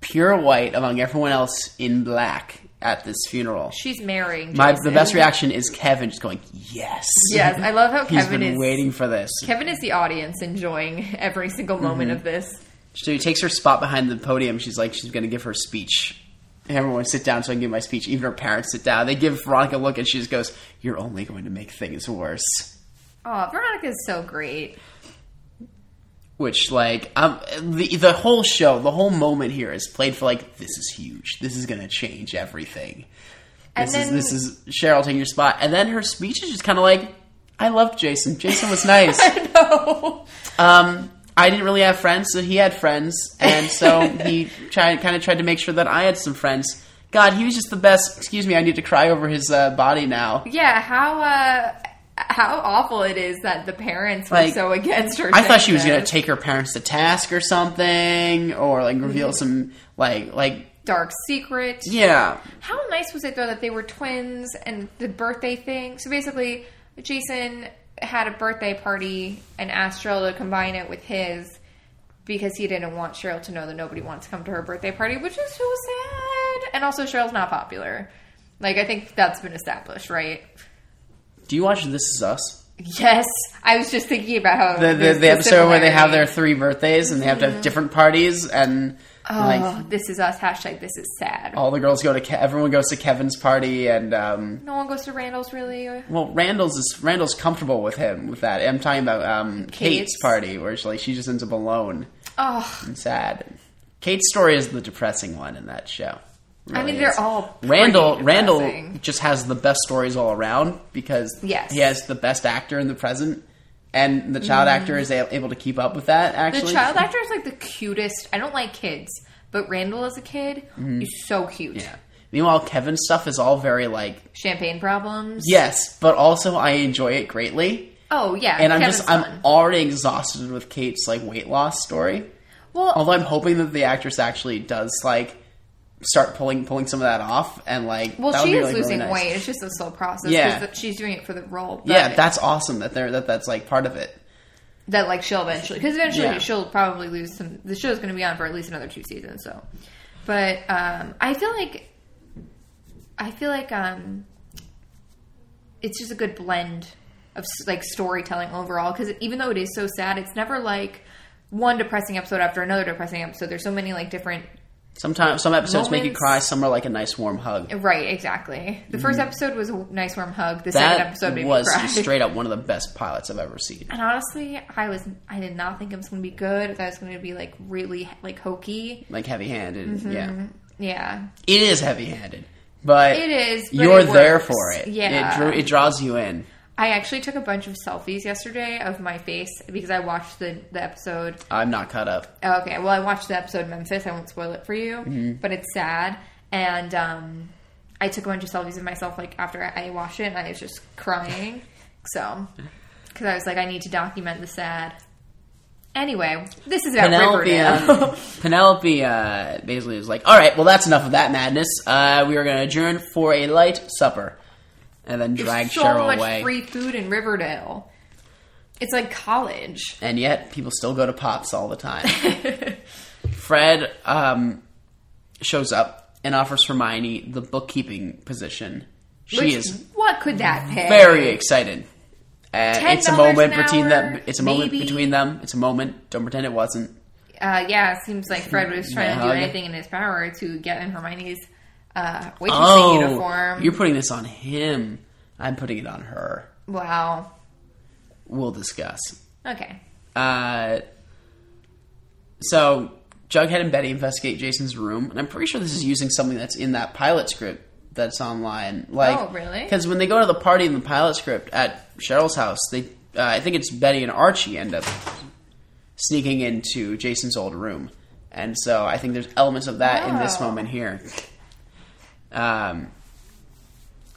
Speaker 2: Pure white among everyone else in black at this funeral.
Speaker 1: She's marrying.
Speaker 2: My,
Speaker 1: Jason.
Speaker 2: the best reaction is Kevin just going, yes.
Speaker 1: Yes, I love how
Speaker 2: He's
Speaker 1: Kevin
Speaker 2: been
Speaker 1: is-
Speaker 2: waiting for this.
Speaker 1: Kevin is the audience enjoying every single moment
Speaker 2: Mm-hmm.
Speaker 1: of this.
Speaker 2: So he takes her spot behind the podium. She's like, she's going to give her speech. And everyone sit down so I can give my speech. Even her parents sit down. They give Veronica a look and she just goes, you're only going to make things worse.
Speaker 1: Oh, Veronica's so great.
Speaker 2: which like um the the whole show the whole moment here is played for like this is huge this is gonna change everything
Speaker 1: And
Speaker 2: this
Speaker 1: then-
Speaker 2: is this is Cheryl taking your spot and then her speech is just kind of like I loved Jason Jason was nice
Speaker 1: no.
Speaker 2: um I didn't really have friends so he had friends and so he tried kind of tried to make sure that I had some friends God he was just the best excuse me I need to cry over his uh, body now
Speaker 1: Yeah, how uh how awful it is that the parents were
Speaker 2: Like,
Speaker 1: so against her.
Speaker 2: I thought she
Speaker 1: saying
Speaker 2: was gonna
Speaker 1: this.
Speaker 2: take her parents to task or something or like reveal some like like
Speaker 1: dark secret.
Speaker 2: yeah
Speaker 1: How nice was it though that they were twins and the birthday thing? So basically, Jason had a birthday party and asked Cheryl to combine it with his because he didn't want Cheryl to know that nobody wants to come to her birthday party, which is so sad. And also, Cheryl's not popular. Like I think that's been established, right?
Speaker 2: Do you watch This Is Us?
Speaker 1: Yes, I was just thinking about how
Speaker 2: The, the,
Speaker 1: there's
Speaker 2: the episode where they have
Speaker 1: similarity.
Speaker 2: their three birthdays and they have to have different parties and like
Speaker 1: oh, this is us hashtag this is sad.
Speaker 2: all the girls go to Ke- everyone goes to Kevin's party and um
Speaker 1: No one goes to Randall's really. uh,
Speaker 2: well Randall's is Randall's comfortable with him with that. I'm talking about um Kate's
Speaker 1: Kate's.
Speaker 2: party where she, like she just ends up alone
Speaker 1: Oh,
Speaker 2: and sad. Kate's story is the depressing one in that show.
Speaker 1: I mean
Speaker 2: Really
Speaker 1: they're
Speaker 2: is.
Speaker 1: all pretty
Speaker 2: Randall Randall
Speaker 1: depressing.
Speaker 2: just has the best stories all around because
Speaker 1: Yes.
Speaker 2: he has the best actor in the present and the child actor is a- able to keep up with that
Speaker 1: Mm-hmm. The
Speaker 2: actually.
Speaker 1: child actor is like the cutest. I don't like kids, but Randall as a kid is so cute.
Speaker 2: Mm-hmm. Yeah. Meanwhile, Kevin's stuff is all very like
Speaker 1: Champagne problems.
Speaker 2: yes, but also I enjoy it greatly,
Speaker 1: Oh yeah.
Speaker 2: and I'm
Speaker 1: Kevin's
Speaker 2: just
Speaker 1: fun.
Speaker 2: I'm already exhausted with Kate's like weight loss story.
Speaker 1: well.
Speaker 2: Although I'm hoping that the actress actually does like start pulling pulling some of that off, and like
Speaker 1: well,
Speaker 2: that would
Speaker 1: she
Speaker 2: be,
Speaker 1: is
Speaker 2: like, really
Speaker 1: losing
Speaker 2: nice.
Speaker 1: weight. It's just a slow process. 'cause
Speaker 2: Yeah.
Speaker 1: that- she's doing it for the role. but
Speaker 2: Yeah, that's awesome that they're that that's like part of it.
Speaker 1: that like she'll eventually because eventually
Speaker 2: Yeah.
Speaker 1: she'll probably lose some. The show's going to be on for at least another two seasons. So, but um, I feel like I feel like um, it's just a good blend of s- like storytelling overall because even though it is so sad, it's never like one depressing episode after another depressing episode. There's so many like different.
Speaker 2: Sometimes some episodes make you
Speaker 1: Moments.
Speaker 2: cry. Some are like a nice warm hug.
Speaker 1: Right, exactly. The first episode was a nice warm hug. The second
Speaker 2: Mm-hmm. That
Speaker 1: episode made
Speaker 2: was
Speaker 1: me cry.
Speaker 2: straight up one of the best pilots I've ever seen.
Speaker 1: And honestly, I was I did not think it was going to be good. I thought it was going to be like really like hokey.
Speaker 2: Like heavy handed,
Speaker 1: Mm-hmm.
Speaker 2: yeah.
Speaker 1: Yeah,
Speaker 2: It is heavy handed, but
Speaker 1: It is, but
Speaker 2: you're
Speaker 1: it
Speaker 2: there
Speaker 1: works.
Speaker 2: for it.
Speaker 1: Yeah.
Speaker 2: it, drew, it draws you in.
Speaker 1: I actually took a bunch of selfies yesterday of my face because I watched the, the episode.
Speaker 2: I'm not caught up.
Speaker 1: oh, Okay, well, I watched the episode Memphis. I won't spoil it for you,
Speaker 2: Mm-hmm.
Speaker 1: but it's sad. And um, I took a bunch of selfies of myself like after I watched it, and I was just crying. so, because I was like, I need to document the sad. Anyway, this is about
Speaker 2: Penelope,
Speaker 1: Riverdale.
Speaker 2: uh, Penelope uh, basically was like, "All right, well, that's enough of that madness. Uh, we are going to adjourn for a light supper," and then drag
Speaker 1: so
Speaker 2: Cheryl
Speaker 1: much
Speaker 2: away.
Speaker 1: free food in Riverdale. It's like college.
Speaker 2: and yet, people still go to Pops all the time. Fred um, shows up and offers Hermione the bookkeeping position. She
Speaker 1: Which-
Speaker 2: is
Speaker 1: What could that pay?
Speaker 2: very excited. And it's a
Speaker 1: $10
Speaker 2: moment
Speaker 1: an
Speaker 2: between
Speaker 1: hour,
Speaker 2: them. It's a moment
Speaker 1: maybe?
Speaker 2: between them. It's a moment. Don't pretend it wasn't.
Speaker 1: Uh, yeah, it seems like Fred was trying to do
Speaker 2: Yeah.
Speaker 1: anything in his power to get in Hermione's uh, waitressing
Speaker 2: Oh,
Speaker 1: uniform.
Speaker 2: you're putting this on him. I'm putting it on her.
Speaker 1: Wow.
Speaker 2: We'll discuss.
Speaker 1: Okay.
Speaker 2: Uh, so Jughead and Betty investigate Jason's room, and I'm pretty sure this is using something that's in that pilot script that's online. Like,
Speaker 1: Oh, really?
Speaker 2: Because when they go to the party in the pilot script at Cheryl's house, they uh, I think it's Betty and Archie end up sneaking into Jason's old room. And so I think there's elements of that in this
Speaker 1: Wow.
Speaker 2: moment here. Um,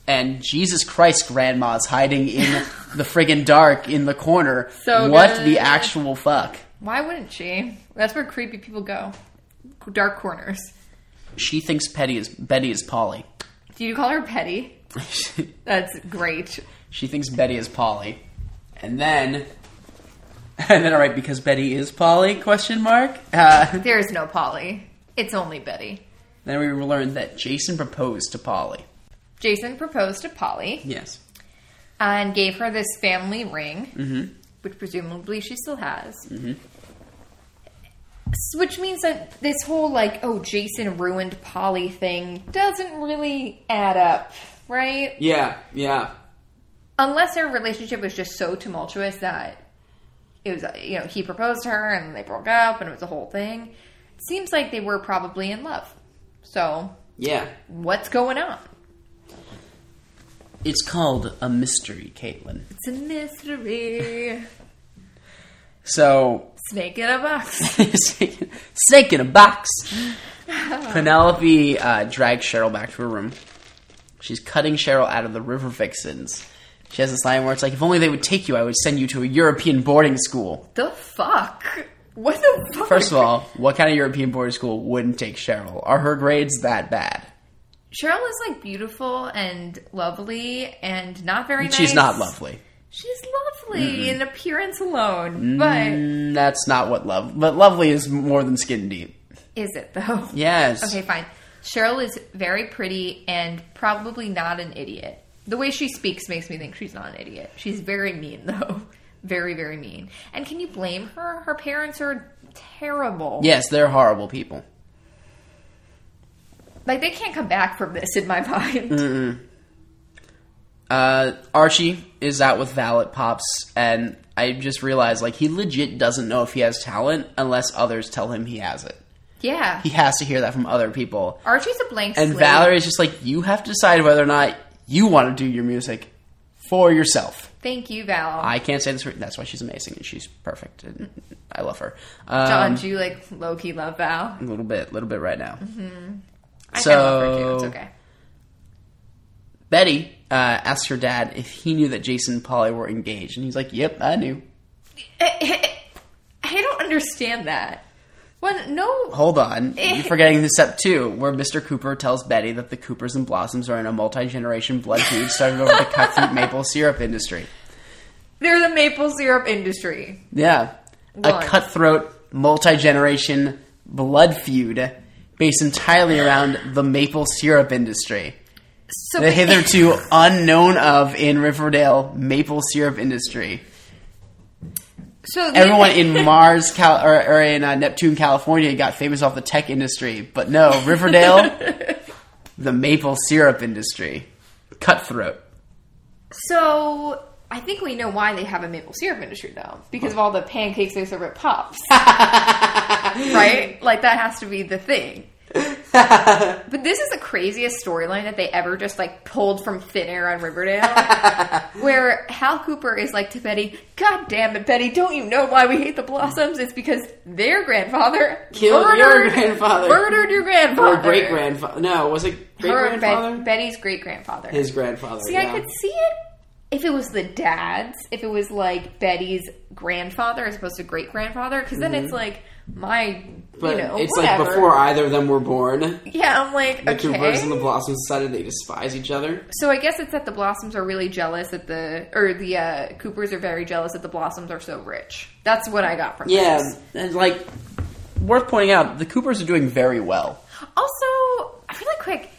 Speaker 2: and Jesus Christ, grandma's hiding in the friggin' dark in the corner.
Speaker 1: So
Speaker 2: what
Speaker 1: good.
Speaker 2: the actual fuck?
Speaker 1: Why wouldn't she? That's where creepy people go. Dark corners.
Speaker 2: She thinks Petty is Betty is Polly.
Speaker 1: Do you call her petty? That's great.
Speaker 2: She thinks Betty is Polly, and then, and then all right because Betty is Polly? Question mark. Uh,
Speaker 1: There is no Polly. It's only Betty.
Speaker 2: then we learned that Jason proposed to Polly.
Speaker 1: Jason proposed to Polly
Speaker 2: Yes,
Speaker 1: and gave her this family ring, which presumably she still has. S- Which means that this whole, like, oh, Jason ruined Polly thing doesn't really add up, right?
Speaker 2: yeah, yeah,
Speaker 1: Unless their relationship was just so tumultuous that it was, uh, you know, he proposed to her and they broke up and it was a whole thing. Seems like they were probably in love. So,
Speaker 2: yeah.
Speaker 1: what's going on?
Speaker 2: It's called a mystery, Caitlin.
Speaker 1: It's a mystery.
Speaker 2: So
Speaker 1: Snake in a box.
Speaker 2: snake in a box. Penelope uh, drags Cheryl back to her room. She's cutting Cheryl out of the River Vixens. She has this line where it's like, if only they would take you, I would send you to a European boarding school.
Speaker 1: the fuck? What the fuck?
Speaker 2: First of all, what kind of European boarding school wouldn't take Cheryl? Are her grades that bad?
Speaker 1: Cheryl is like beautiful and lovely and not very nice.
Speaker 2: She's not lovely.
Speaker 1: She's lovely in appearance alone.
Speaker 2: Mm, That's not what love. But lovely is more than skin deep.
Speaker 1: But is it though?
Speaker 2: Yes.
Speaker 1: Okay, fine. Cheryl is very pretty and probably not an idiot. The way she speaks makes me think she's not an idiot. She's very mean though. Very, very mean. And can you blame her? Her parents are terrible.
Speaker 2: Yes, they're horrible people.
Speaker 1: Like they can't come back from this in my mind.
Speaker 2: Uh, Archie is out with Val at Pops, and I just realized like he legit doesn't know if he has talent unless others tell him he has it.
Speaker 1: Yeah.
Speaker 2: He has to hear that from other people.
Speaker 1: Archie's a blank
Speaker 2: And
Speaker 1: slate.
Speaker 2: Valerie is just like, you have to decide whether or not you want to do your music for yourself.
Speaker 1: Thank you, Val.
Speaker 2: I can't say this. For, that's why she's amazing and she's perfect. And I love her. Um,
Speaker 1: John, do you like low key love Val?
Speaker 2: a little bit, little bit right now.
Speaker 1: I
Speaker 2: so-
Speaker 1: kinda love her too. It's okay.
Speaker 2: Betty uh, asks her dad if he knew that Jason and Polly were engaged, and he's like, "Yep, I knew."
Speaker 1: I, don't understand that. When no,
Speaker 2: Hold on. You're forgetting the step two, where Mr. Cooper tells Betty that the Coopers and Blossoms are in a multi generation blood feud started over the cut fruit maple syrup industry.
Speaker 1: they're the maple syrup industry.
Speaker 2: Yeah.
Speaker 1: Why?
Speaker 2: A cutthroat multi generation blood feud based entirely around the maple syrup industry.
Speaker 1: So
Speaker 2: The hitherto unknown of in Riverdale maple syrup industry.
Speaker 1: so the-
Speaker 2: Everyone in Mars Cal- or, or in uh, Neptune, California got famous off the tech industry, but no, Riverdale, the maple syrup industry, cutthroat.
Speaker 1: So I think we know why they have a maple syrup industry though, because of all the pancakes they serve at Pops, right? Like that has to be the thing. but this is the craziest storyline that they ever just like pulled from thin air on Riverdale, where Hal Cooper is like to Betty, "God damn it, Betty! Don't you know why we hate the Blossoms? It's because their grandfather
Speaker 2: Killed your
Speaker 1: murdered-
Speaker 2: grandfather.
Speaker 1: murdered your grandfather,
Speaker 2: grandfather? No, was it
Speaker 1: Her- Bet- Betty's great grandfather,
Speaker 2: grandfather.
Speaker 1: See, I could see it if it was the dad's, if it was like Betty's grandfather as opposed to great grandfather, because then it's like my, you know, whatever.
Speaker 2: either of them were born.
Speaker 1: Yeah, I'm like, okay.
Speaker 2: Blossoms decided they despise each other.
Speaker 1: so I guess it's that the Blossoms are really jealous that the, or the uh, Coopers are very jealous that the Blossoms are so rich. That's what I got from
Speaker 2: Yeah,
Speaker 1: this.
Speaker 2: and like worth pointing out, the Coopers are doing very well.
Speaker 1: Also, really quick,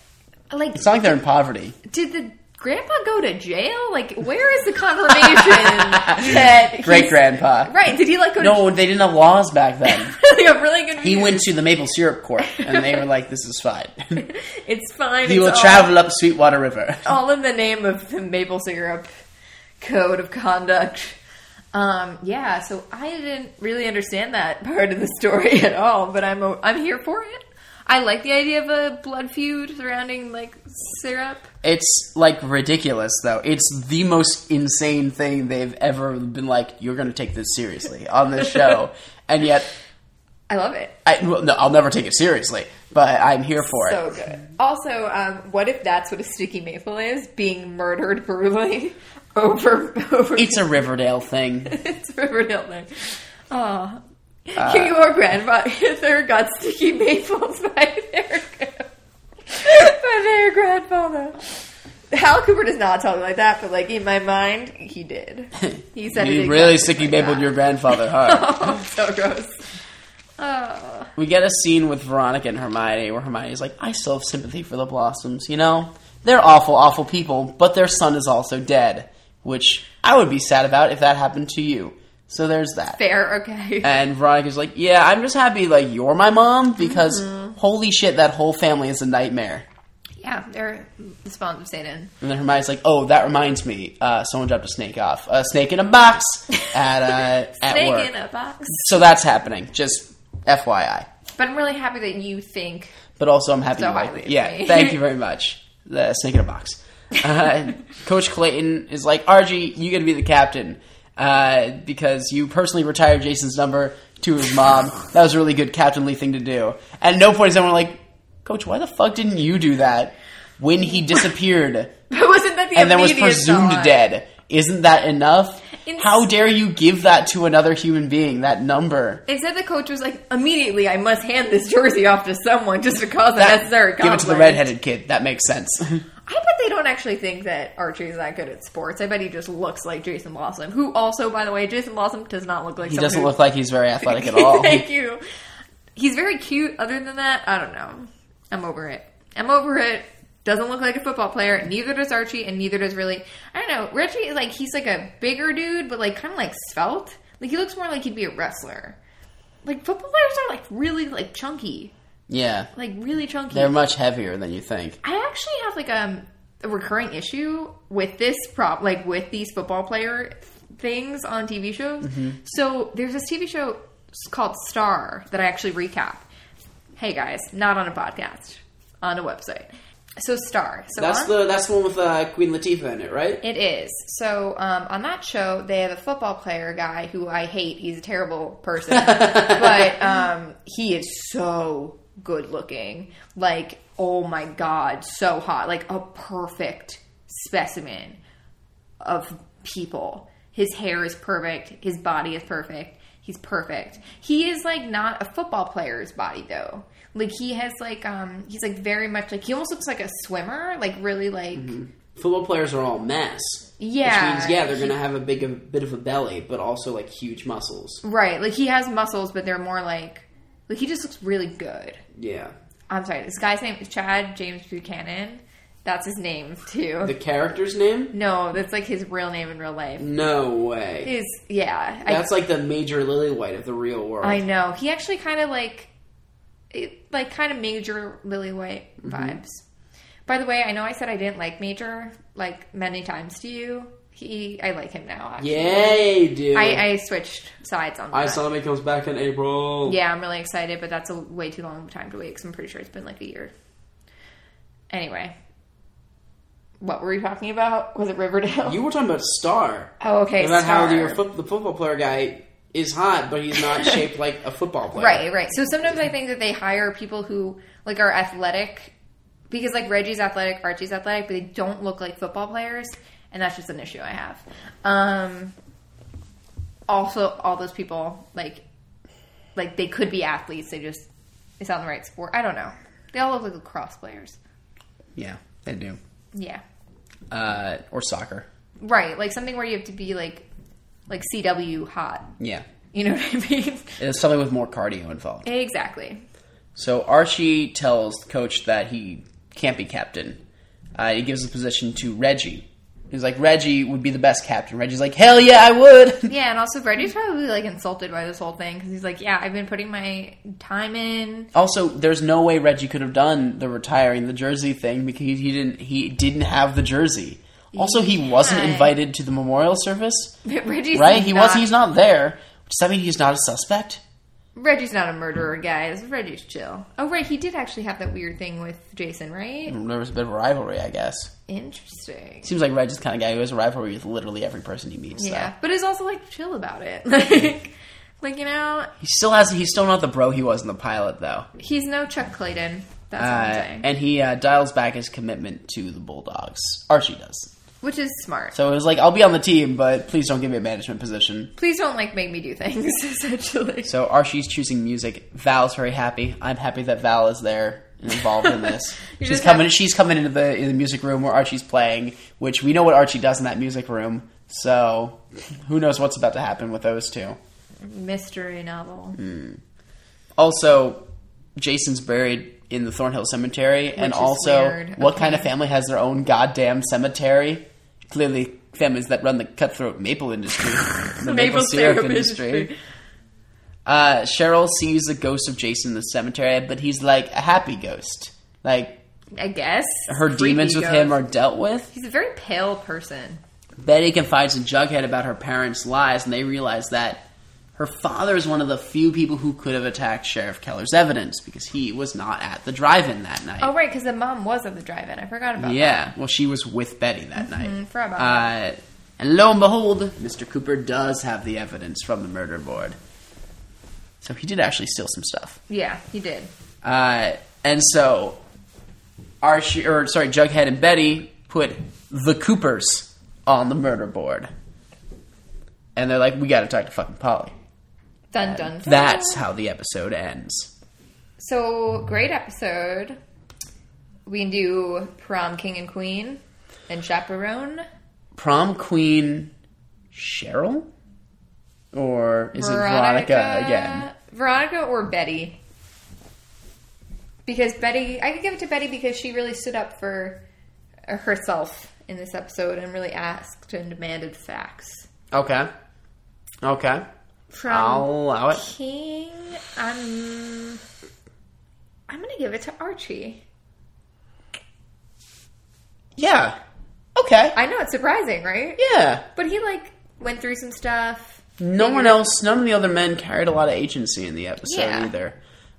Speaker 1: like,
Speaker 2: It's not like they're in poverty.
Speaker 1: did the grandpa go to jail? Like, where is the confirmation that he's-
Speaker 2: Great grandpa.
Speaker 1: Right? Did he like go to
Speaker 2: No, they didn't have laws back then.
Speaker 1: like, I'm really confused.
Speaker 2: He went to the maple syrup court, and they were like, "This is fine.
Speaker 1: It's fine.
Speaker 2: he
Speaker 1: it's
Speaker 2: will
Speaker 1: all,
Speaker 2: travel up Sweetwater River."
Speaker 1: All in the name of the maple syrup code of conduct. Um, yeah, so I didn't really understand that part of the story at all, but I'm i I'm here for it. I like the idea of a blood feud surrounding like syrup.
Speaker 2: It's like ridiculous though. It's the most insane thing they've ever been like. You're going to take this seriously on this show, and yet
Speaker 1: I love it.
Speaker 2: I, well, no, I'll never take it seriously. But I'm here for
Speaker 1: So
Speaker 2: it.
Speaker 1: good. Also, um, what if that's what a sticky maple is? Being murdered brutally over over
Speaker 2: It's a Riverdale thing.
Speaker 1: it's Riverdale thing. Oh.
Speaker 2: Uh,
Speaker 1: your grandfather got sticky maples by their by their grandfather. Hal Cooper does not talk like that, but like in my mind, he did. He said it
Speaker 2: You really
Speaker 1: exactly
Speaker 2: sticky
Speaker 1: like
Speaker 2: mapled
Speaker 1: that.
Speaker 2: your grandfather, huh?
Speaker 1: Oh, so gross. Oh,
Speaker 2: we get a scene with Veronica and Hermione where Hermione's like, I still have sympathy for the Blossoms, you know? They're awful, awful people, but their son is also dead, which I would be sad about if that happened to you. So there's that.
Speaker 1: fair. Okay.
Speaker 2: And Veronica's like, Yeah, I'm just happy, like, you're my mom, because
Speaker 1: Mm-hmm.
Speaker 2: holy shit, that whole family is a nightmare.
Speaker 1: yeah, they're the spawns of Satan.
Speaker 2: And then Hermione's like, "Oh, that reminds me. Uh, someone dropped a snake off. A snake in a box at uh, at
Speaker 1: Snake
Speaker 2: work.
Speaker 1: in a box.
Speaker 2: So that's happening. Just FYI.
Speaker 1: But I'm really happy that you think
Speaker 2: But also, I'm happy.
Speaker 1: So
Speaker 2: you like
Speaker 1: highly
Speaker 2: it. yeah,
Speaker 1: agree.
Speaker 2: thank you very much. The snake in a box. Uh, Coach Clayton is like, "Archie, you got to be the captain uh, because you personally retired Jason's number to his mom. that was a really good captainly thing to do." At no point is anyone like, "Coach, why the fuck didn't you do that when he disappeared?"
Speaker 1: But wasn't that the
Speaker 2: and then was
Speaker 1: immediate
Speaker 2: presumed
Speaker 1: thought?
Speaker 2: dead. Isn't that enough?
Speaker 1: In-
Speaker 2: How dare you give that to another human being? That number.
Speaker 1: Instead, the coach was like, immediately, I must hand this jersey off to someone just to cause unnecessary
Speaker 2: Give it to the
Speaker 1: conflict."
Speaker 2: redheaded kid. That makes sense.
Speaker 1: I bet they don't actually think that Archie is that good at sports. I bet he just looks like Jason Blossom, who also, by the way, Jason Blossom does not look like
Speaker 2: he
Speaker 1: someone
Speaker 2: doesn't
Speaker 1: who-
Speaker 2: look like he's very athletic at all.
Speaker 1: Thank you. He's very cute. Other than that, I don't know. I'm over it. I'm over it. Doesn't look like a football player. Neither does Archie, and neither does really. I don't know. Reggie is like he's like a bigger dude, but like kind of like svelte. Like he looks more like he'd be a wrestler. Like football players are like really like chunky,
Speaker 2: Yeah,
Speaker 1: like really chunky.
Speaker 2: they're much heavier than you think.
Speaker 1: I actually have like um, a recurring issue with this prop, like with these football player things on TV shows. So there's this TV show called Star that I actually recap. Hey guys, not on a podcast, on a website. So Star. So on-
Speaker 2: that's the one with uh, Queen Latifah in it, right?
Speaker 1: it is. So um, on that show, they have a football player guy who I hate. He's a terrible person, but um, he is so good looking. Like, oh my god, so hot. Like a perfect specimen of people. His hair is perfect. His body is perfect. He's perfect. He is like not a football player's body though. Like he has like um he's like very much like he almost looks like a swimmer. Like really like.
Speaker 2: Football players are all mass.
Speaker 1: Yeah. Mm-hmm. means, yeah, they're
Speaker 2: gonna have a big a bit of a belly, but also like huge muscles.
Speaker 1: Right. Like he has muscles, but they're more like like he just looks really good.
Speaker 2: Yeah,
Speaker 1: I'm sorry, this guy's name is Chad James Buchanan. That's his name too.
Speaker 2: character's name?
Speaker 1: no, that's like his real name in real life.
Speaker 2: No way.
Speaker 1: His yeah.
Speaker 2: That's like the major lily white of the real world.
Speaker 1: I I know. He actually kind of like it, like kind of major Lily White vibes. By the way, I know I said I didn't like Major like many times to you. He I like him now. Actually.
Speaker 2: Yay, dude.
Speaker 1: I, I switched sides on that.
Speaker 2: Isomi comes back in April.
Speaker 1: Yeah, I'm really excited, but that's a way too long of a time to wait because I'm pretty sure it's been like a year. Anyway, what were we talking about? Was it Riverdale?
Speaker 2: You were talking about Star.
Speaker 1: oh, okay.
Speaker 2: about how
Speaker 1: Star.
Speaker 2: your foot, the football player guy is hot, but he's not shaped like a football player.
Speaker 1: Right, right. So sometimes I think that they hire people who like are athletic because like Reggie's athletic, Archie's athletic, but they don't look like football players, and that's just an issue I have. Um, also, all those people like like they could be athletes. They just it's on the right sport. I don't know. They all look like lacrosse players.
Speaker 2: Yeah, they do.
Speaker 1: Yeah.
Speaker 2: Uh, or soccer.
Speaker 1: Right, like something where you have to be like like CW hot.
Speaker 2: Yeah.
Speaker 1: You know what I mean?
Speaker 2: It's something with more cardio involved.
Speaker 1: exactly.
Speaker 2: So Archie tells the coach that he can't be captain. Uh, he gives the position to Reggie. He's like, Reggie would be the best captain. Reggie's like, hell yeah, I would.
Speaker 1: Yeah, and also Brady's probably like insulted by this whole thing because he's like, "Yeah, I've been putting my time in."
Speaker 2: Also, there's no way Reggie could have done the retiring the jersey thing because he didn't he didn't have the jersey. Also, he wasn't
Speaker 1: Yeah.
Speaker 2: invited to the memorial service,
Speaker 1: Brady's
Speaker 2: right? He was
Speaker 1: not-
Speaker 2: he's not there. Does that mean he's not a suspect?
Speaker 1: Reggie's not a murderer, guys. Reggie's chill. Oh, right, he did actually have that weird thing with Jason, right?
Speaker 2: There was a bit of rivalry, I guess.
Speaker 1: Interesting.
Speaker 2: Seems like Reg is the kind of guy who has a rivalry with literally every person he meets.
Speaker 1: Yeah,
Speaker 2: Yeah.
Speaker 1: but he's also like chill about it. Like, like you know,
Speaker 2: He still has. He's still not the bro he was in the pilot, though.
Speaker 1: he's no Chuck Clayton. That's
Speaker 2: Uh,
Speaker 1: what I'm saying.
Speaker 2: and he uh, dials back his commitment to the Bulldogs. Archie does.
Speaker 1: Which is smart.
Speaker 2: So it was like, I'll be on the team, but please don't give me a management position.
Speaker 1: Please don't like make me do things. Essentially,
Speaker 2: So Archie's choosing music. Val's very happy. I'm happy that Val is there and involved in this.
Speaker 1: You're
Speaker 2: she's
Speaker 1: just happy-
Speaker 2: coming. She's coming into the in the music room where Archie's playing, which we know what Archie does in that music room. So who knows what's about to happen with those two?
Speaker 1: mystery novel.
Speaker 2: Also, Jason's buried in the Thornhill Cemetery, and
Speaker 1: is
Speaker 2: also,
Speaker 1: weird.
Speaker 2: what
Speaker 1: Okay.
Speaker 2: kind of family has their own goddamn cemetery? Clearly, families that run the cutthroat maple industry, the maple, syrup, industry. Uh, Cheryl sees the ghost of Jason in the cemetery, but he's like a happy ghost. Like
Speaker 1: I guess
Speaker 2: her
Speaker 1: Creepy
Speaker 2: demons with
Speaker 1: ghost.
Speaker 2: him are dealt with.
Speaker 1: He's a very pale person.
Speaker 2: Betty confides in Jughead about her parents' lies, and they realize that her father is one of the few people who could have attacked Sheriff Keller's evidence because he was not at the drive-in that night.
Speaker 1: Oh right, because the mom was at the drive-in. I forgot about Mm,
Speaker 2: yeah, well, she was with Betty that night.
Speaker 1: forgot about
Speaker 2: uh, and lo and behold, Mr. Cooper does have the evidence from the murder board. So he did actually steal some stuff.
Speaker 1: that. Yeah, he did.
Speaker 2: Uh, and so, Archie, or sorry, Jughead and Betty put the Coopers on the murder board, and they're like, "We got to talk to fucking Polly."
Speaker 1: Dun dun.
Speaker 2: Uh,
Speaker 1: dun.
Speaker 2: That's how the episode ends.
Speaker 1: so great episode. We can do prom king and queen and chaperone.
Speaker 2: Prom Queen Cheryl, or is it Veronica again?
Speaker 1: Veronica or Betty? Because Betty, I could give it to Betty because she really stood up for herself in this episode and really asked and demanded facts.
Speaker 2: Okay, okay,
Speaker 1: From
Speaker 2: I'll allow it.
Speaker 1: King, I'm, I'm gonna give it to Archie.
Speaker 2: Yeah, okay,
Speaker 1: I know it's surprising, right?
Speaker 2: yeah.
Speaker 1: But he like went through some stuff.
Speaker 2: No one else, none of the other men carried a lot of agency in the episode
Speaker 1: Yeah.
Speaker 2: either.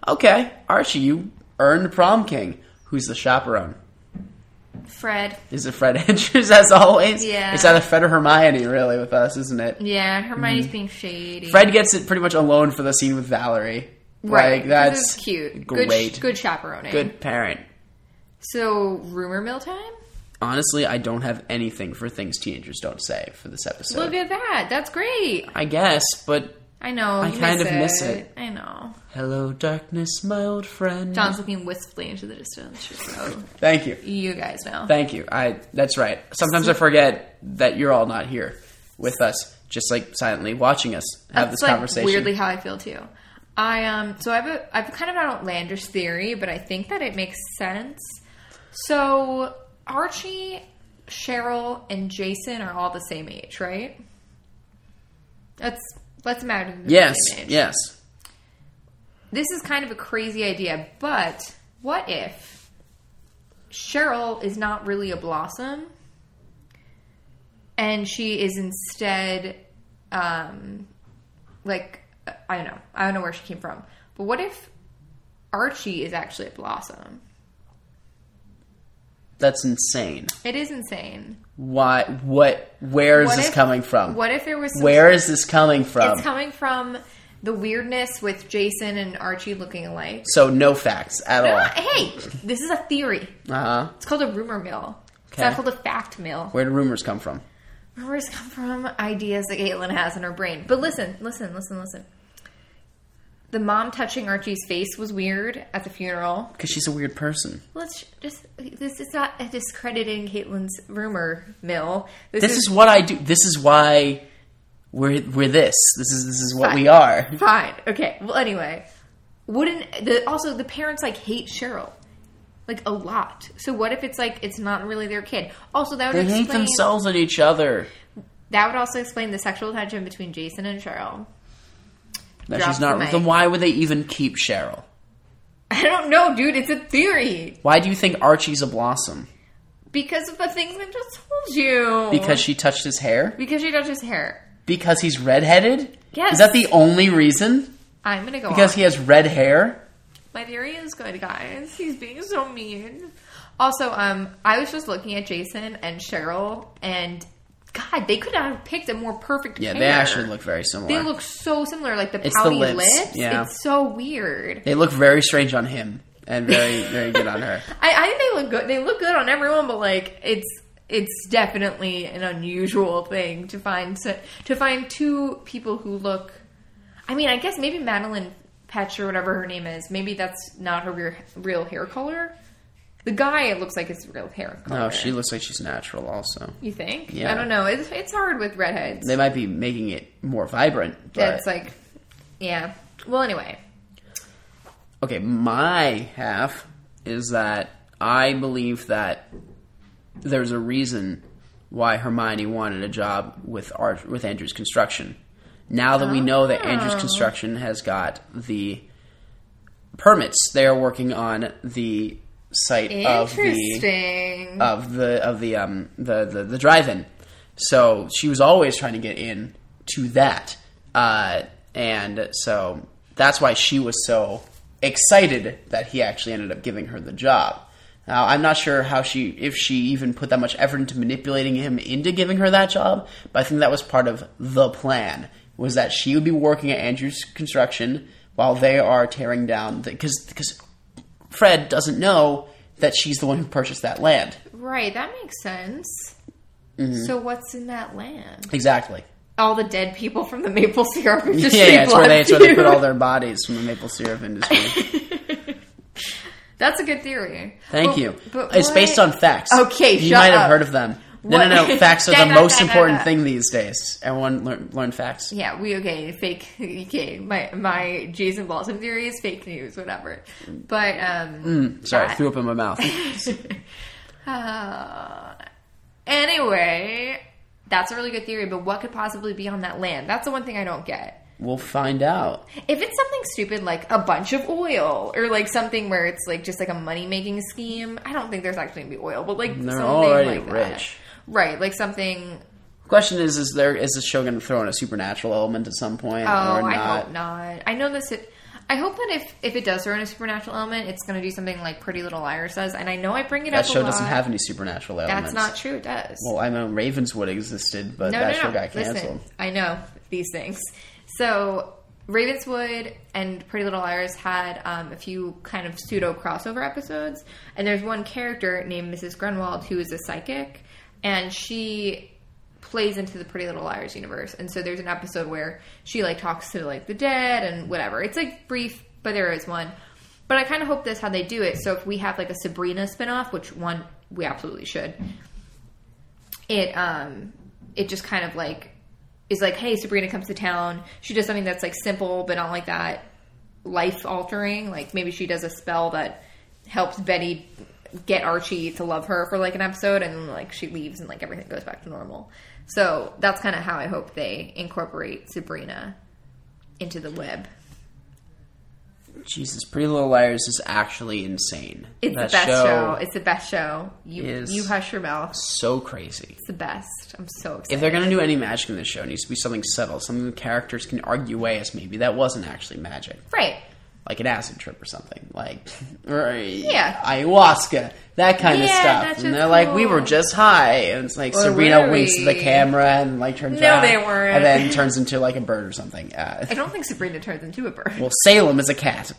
Speaker 2: Okay, Archie, you earned prom king. Who's the chaperone?
Speaker 1: Fred,
Speaker 2: Is it Fred Andrews as always?
Speaker 1: Yeah.
Speaker 2: It's either Fred or Hermione, really, with us, isn't it?
Speaker 1: yeah, Hermione's being shady.
Speaker 2: Mm. Fred gets it pretty much alone for the scene with Valerie.
Speaker 1: right?
Speaker 2: Like,
Speaker 1: This
Speaker 2: that's
Speaker 1: is cute. Good,
Speaker 2: Great.
Speaker 1: sh- good chaperoning.
Speaker 2: Good parent.
Speaker 1: So, rumor mill time?
Speaker 2: Honestly, I don't have anything for things teenagers don't say for this episode.
Speaker 1: Look at that. That's great.
Speaker 2: I guess, but
Speaker 1: I know.
Speaker 2: I
Speaker 1: you
Speaker 2: kind of miss it.
Speaker 1: I know.
Speaker 2: hello, darkness, my old friend.
Speaker 1: John's looking wistfully into the distance. Just so
Speaker 2: Thank you.
Speaker 1: you guys know.
Speaker 2: Thank you. I that's right. Sometimes I forget that you're all not here with us, just like silently watching us have
Speaker 1: That's
Speaker 2: this
Speaker 1: like
Speaker 2: conversation.
Speaker 1: weirdly how I feel too. I um so I have a I've kind of an outlandish theory, but I think that it makes sense. So Archie, Cheryl, and Jason are all the same age, right? That's let's imagine. they're the
Speaker 2: yes,
Speaker 1: same age.
Speaker 2: yes.
Speaker 1: this is kind of a crazy idea, but what if Cheryl is not really a blossom and she is instead, um, like, I don't know. I don't know where she came from. But what if Archie is actually a blossom?
Speaker 2: That's insane.
Speaker 1: It is insane.
Speaker 2: Why? What? Where is
Speaker 1: What
Speaker 2: this
Speaker 1: if-
Speaker 2: coming from?
Speaker 1: What if there was some
Speaker 2: Where is this coming from?
Speaker 1: It's coming from the weirdness with Jason and Archie looking alike.
Speaker 2: so no facts at
Speaker 1: Ah,
Speaker 2: all.
Speaker 1: hey, this is a theory.
Speaker 2: Uh huh.
Speaker 1: It's called a rumor mill. It's
Speaker 2: Okay.
Speaker 1: not called a fact mill.
Speaker 2: Where do rumors come from?
Speaker 1: Rumors come from ideas that Caitlin has in her brain. But listen, listen, listen, listen. The mom touching Archie's face was weird at the funeral.
Speaker 2: Because she's a weird person.
Speaker 1: Let's just this is not a discrediting Caitlin's rumor mill.
Speaker 2: This is what I do. This is why we're we're this. This is this is what we are.
Speaker 1: fine. Okay. Well, anyway, wouldn't the also the parents like hate Cheryl like a lot? So what if it's like it's not really their kid? Also, that would
Speaker 2: They hate
Speaker 1: explain
Speaker 2: themselves and each other.
Speaker 1: that would also explain the sexual tension between Jason and Cheryl.
Speaker 2: That
Speaker 1: Drop
Speaker 2: she's not.
Speaker 1: the mic.
Speaker 2: Then why would they even keep Cheryl?
Speaker 1: I don't know, dude. It's a theory.
Speaker 2: Why do you think Archie's a blossom?
Speaker 1: Because of the things I just told you.
Speaker 2: Because she touched his hair?
Speaker 1: because she touched his hair.
Speaker 2: Because he's redheaded?
Speaker 1: Yes.
Speaker 2: Is that the only reason?
Speaker 1: I'm gonna go
Speaker 2: Because
Speaker 1: on.
Speaker 2: he has red hair.
Speaker 1: My theory is good, guys. He's being so mean. Also, um, I was just looking at Jason and Cheryl, and God, they could not have picked a more perfect.
Speaker 2: Yeah,
Speaker 1: pair.
Speaker 2: they actually look very similar.
Speaker 1: They look so similar, like the
Speaker 2: It's the
Speaker 1: pouty
Speaker 2: lips,
Speaker 1: lips.
Speaker 2: yeah.
Speaker 1: It's so weird.
Speaker 2: They look very strange on him and very very good on her.
Speaker 1: I, I think they look good. They look good on everyone, but like it's it's definitely an unusual thing to find so- to find two people who look. I mean, I guess maybe Madeline Petch or whatever her name is. Maybe that's not her real, real hair color. The guy it looks like his real hair color.
Speaker 2: No, Oh, she looks like she's natural also.
Speaker 1: You think?
Speaker 2: Yeah.
Speaker 1: I don't know. It's it's hard with redheads.
Speaker 2: They might be making it more vibrant, but
Speaker 1: That's like, yeah. Well, anyway,
Speaker 2: okay, my half is that I believe that there's a reason why Hermione wanted a job with Ar- with Andrews Construction. Now that we know that Andrews Construction has got the permits, they are working on the site of the Uh,
Speaker 1: interesting.
Speaker 2: of the of the um the the, the drive-in. So she was always trying to get in to that, uh, and so that's why she was so excited that he actually ended up giving her the job. Now I'm not sure how she if she even put that much effort into manipulating him into giving her that job, but I think that was part of the plan was that she would be working at Andrew's construction while they are tearing down because because Fred doesn't know that she's the one who purchased that land.
Speaker 1: right, that makes sense.
Speaker 2: Mm-hmm.
Speaker 1: So what's in that land?
Speaker 2: Exactly.
Speaker 1: all the dead people from the maple syrup
Speaker 2: Yeah,
Speaker 1: industry.
Speaker 2: yeah it's, where they, it's where
Speaker 1: left
Speaker 2: they put
Speaker 1: you.
Speaker 2: all their bodies from the maple syrup industry.
Speaker 1: That's a good theory.
Speaker 2: Thank
Speaker 1: But-
Speaker 2: you.
Speaker 1: But
Speaker 2: it's
Speaker 1: what-
Speaker 2: based on facts.
Speaker 1: Okay,
Speaker 2: you
Speaker 1: shut
Speaker 2: might have
Speaker 1: up.
Speaker 2: heard of them. No,
Speaker 1: What-
Speaker 2: no, no. Facts are
Speaker 1: Da,
Speaker 2: the
Speaker 1: da,
Speaker 2: most
Speaker 1: da, da,
Speaker 2: important
Speaker 1: da.
Speaker 2: thing these days. Everyone learn, learn facts.
Speaker 1: Yeah, we okay. Fake. Okay, my my Jason Blossom theory is fake news. Whatever. But um.
Speaker 2: Mm, Sorry, I
Speaker 1: that-
Speaker 2: threw up in my mouth.
Speaker 1: uh, anyway, that's a really good theory. But what could possibly be on that land? That's the one thing I don't get.
Speaker 2: we'll find out.
Speaker 1: If it's something stupid like a bunch of oil or like something where it's like just like a money making scheme, I don't think there's actually gonna be oil, but like
Speaker 2: They're
Speaker 1: something
Speaker 2: already
Speaker 1: like that.
Speaker 2: rich.
Speaker 1: right? Like something.
Speaker 2: Question is: Is there is the show going to throw in a supernatural element at some point,
Speaker 1: Oh,
Speaker 2: or not?
Speaker 1: I hope not. I know this. It, I hope that if if it does throw in a supernatural element, it's going to do something like Pretty Little Liars does. And I know I bring it up.
Speaker 2: That
Speaker 1: a
Speaker 2: show
Speaker 1: lot.
Speaker 2: doesn't have any supernatural
Speaker 1: That's
Speaker 2: elements.
Speaker 1: not true. It does.
Speaker 2: Well, I know Ravenswood existed, but
Speaker 1: no,
Speaker 2: that
Speaker 1: no,
Speaker 2: show
Speaker 1: no.
Speaker 2: got canceled.
Speaker 1: Listen, I know these things. So Ravenswood and Pretty Little Liars had um, a few kind of pseudo crossover episodes, and there's one character named Mrs. Grunwald who is a psychic, and she plays into the Pretty Little Liars universe. And so there's an episode where she like talks to like the dead and whatever. It's like brief, but there is one. But I kind of hope that's how they do it. So if we have like a Sabrina spinoff, which one we absolutely should, it um it just kind of like is like hey sabrina comes to town she does something that's like simple but not like that life altering like maybe she does a spell that helps betty get archie to love her for like an episode and then like she leaves and like everything goes back to normal so that's kind of how i hope they incorporate sabrina into the web
Speaker 2: Jesus, Pretty Little Liars is actually insane.
Speaker 1: it's
Speaker 2: That
Speaker 1: the best show. it's the best show you
Speaker 2: is-
Speaker 1: you hush your mouth
Speaker 2: so crazy.
Speaker 1: it's the best i'm so
Speaker 2: If
Speaker 1: excited
Speaker 2: they're gonna do any magic in this show, it needs to be something subtle, something the characters can argue away as maybe that wasn't actually magic,
Speaker 1: right
Speaker 2: like an acid trip or something, like or,
Speaker 1: Yeah.
Speaker 2: ayahuasca, that kind
Speaker 1: Yeah,
Speaker 2: of
Speaker 1: that's
Speaker 2: stuff. And they're
Speaker 1: just
Speaker 2: like, we were
Speaker 1: cool.
Speaker 2: just high, and it's like
Speaker 1: Or
Speaker 2: Sabrina
Speaker 1: were
Speaker 2: winks at the
Speaker 1: we?
Speaker 2: camera and like turns
Speaker 1: No,
Speaker 2: around,
Speaker 1: they weren't.
Speaker 2: and then turns into like a bird or something.
Speaker 1: i
Speaker 2: Uh,
Speaker 1: don't think sabrina turns into a bird
Speaker 2: well, Salem is a cat.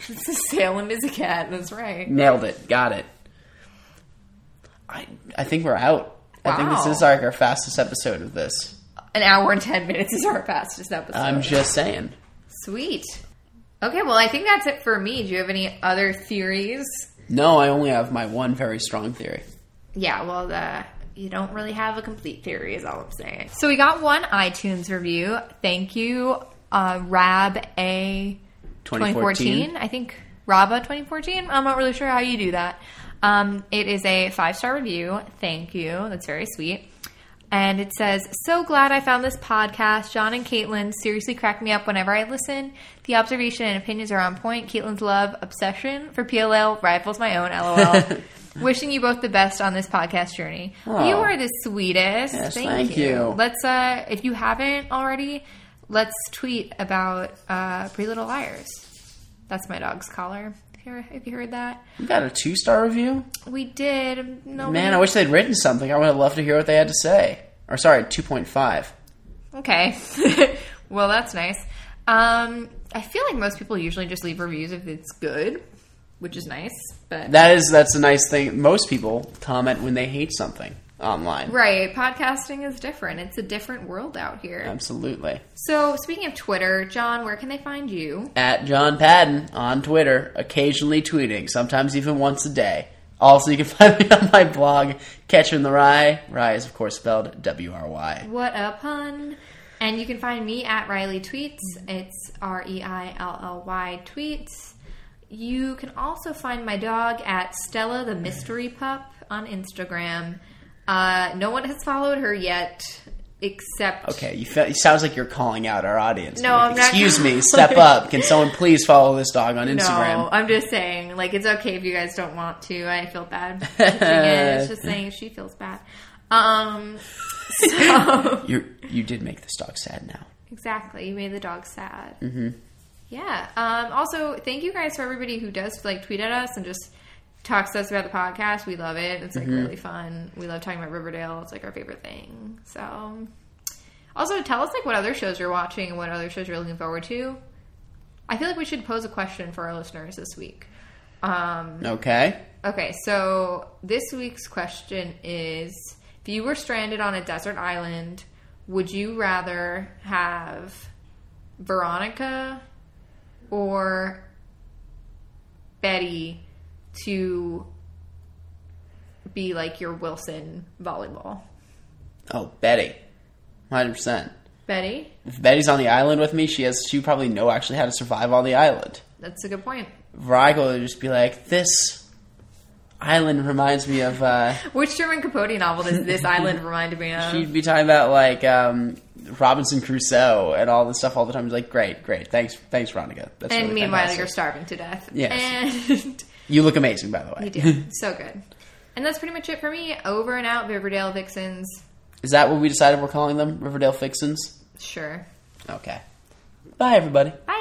Speaker 1: Salem is a cat. That's right.
Speaker 2: Nailed it. Got it. I I think we're out. I think this
Speaker 1: Wow.
Speaker 2: is like our fastest episode of this.
Speaker 1: An hour and ten minutes is our fastest episode.
Speaker 2: I'm just saying.
Speaker 1: Sweet. Okay, well, I think that's it for me. Do you have any other theories?
Speaker 2: No, I only have my one very strong theory.
Speaker 1: Yeah, well, the, you don't really have a complete theory, is all I'm saying. So we got one iTunes review. Thank you, uh, Rab A.
Speaker 2: 2014.
Speaker 1: 2014. I think Raba 2014. I'm not really sure how you do that. Um, it is a five star review. Thank you. That's very sweet. And it says, So glad I found this podcast. John and Caitlin seriously crack me up whenever I listen. The observation and opinions are on point. Caitlin's love, obsession for PLL rivals my own, lol. Wishing you both the best on this podcast journey.
Speaker 2: Aw.
Speaker 1: You are the sweetest.
Speaker 2: Yes,
Speaker 1: thank,
Speaker 2: thank
Speaker 1: you.
Speaker 2: you.
Speaker 1: Let's, uh, if you haven't already, let's tweet about uh, Pretty Little Liars. That's my dog's collar. Have you heard- Have you heard that?
Speaker 2: We got a two star review.
Speaker 1: We did. No, we-
Speaker 2: Man, I wish they'd written something. I would have loved to hear what they had to say. Or sorry, two point five.
Speaker 1: Okay. well, that's nice. Um, I feel like most people usually just leave reviews if it's good, which is nice. But
Speaker 2: That is that's a nice thing. Most people comment when they hate something online.
Speaker 1: right, podcasting is different. It's a different world out here.
Speaker 2: Absolutely.
Speaker 1: So, speaking of Twitter, John, where can they find you?
Speaker 2: At John Padden on Twitter, occasionally tweeting, sometimes even once a day. Also, you can find me on my blog, Catcher in the Rye. Rye is, of course, spelled W R Y.
Speaker 1: What a pun! And you can find me at Riley Tweets. It's R E I L L Y Tweets. You can also find my dog at Stella the Mystery Pup on Instagram. Uh, no one has followed her yet, except
Speaker 2: Okay, you fe- it sounds like you're calling out our audience.
Speaker 1: No,
Speaker 2: Like,
Speaker 1: I'm not
Speaker 2: Excuse me,
Speaker 1: calling-
Speaker 2: step up. Can someone please follow this dog on Instagram?
Speaker 1: No, I'm just saying, like, it's okay if you guys don't want to. I feel bad. Again, it's just saying she feels bad. Um, so
Speaker 2: You you did make this dog sad now.
Speaker 1: Exactly. You made the dog sad. Mm-hmm. Yeah. Um, also, thank you guys for everybody who does like tweet at us and just talks to us about the podcast. We love it. It's like really fun. We love talking about Riverdale. It's like our favorite thing. So, also tell us like what other shows you're watching and what other shows you're looking forward to. I feel like we should pose a question for our listeners this week. Um,
Speaker 2: Okay.
Speaker 1: Okay, so this week's question is if you were stranded on a desert island, would you rather have Veronica or Betty to be like your Wilson volleyball?
Speaker 2: Oh, Betty. 100%.
Speaker 1: Betty?
Speaker 2: If Betty's on the island with me, she has she would probably know actually how to survive on the island.
Speaker 1: That's a good point.
Speaker 2: Veronica would just be like, "This island reminds me of." Uh,
Speaker 1: Which German Capote novel does this island remind me of?
Speaker 2: she'd be talking about like um, Robinson Crusoe and all this stuff all the time. It's like, "Great, great, thanks, thanks, Veronica." That's
Speaker 1: and
Speaker 2: really
Speaker 1: meanwhile,
Speaker 2: fantastic.
Speaker 1: you're starving to death.
Speaker 2: Yes.
Speaker 1: And
Speaker 2: you look amazing, by the way.
Speaker 1: You do. so good. And that's pretty much it for me. Over and out, Riverdale Vixens.
Speaker 2: Is that what we decided we're calling them? Riverdale Fixins.
Speaker 1: Sure.
Speaker 2: Okay. Bye, everybody.
Speaker 1: Bye.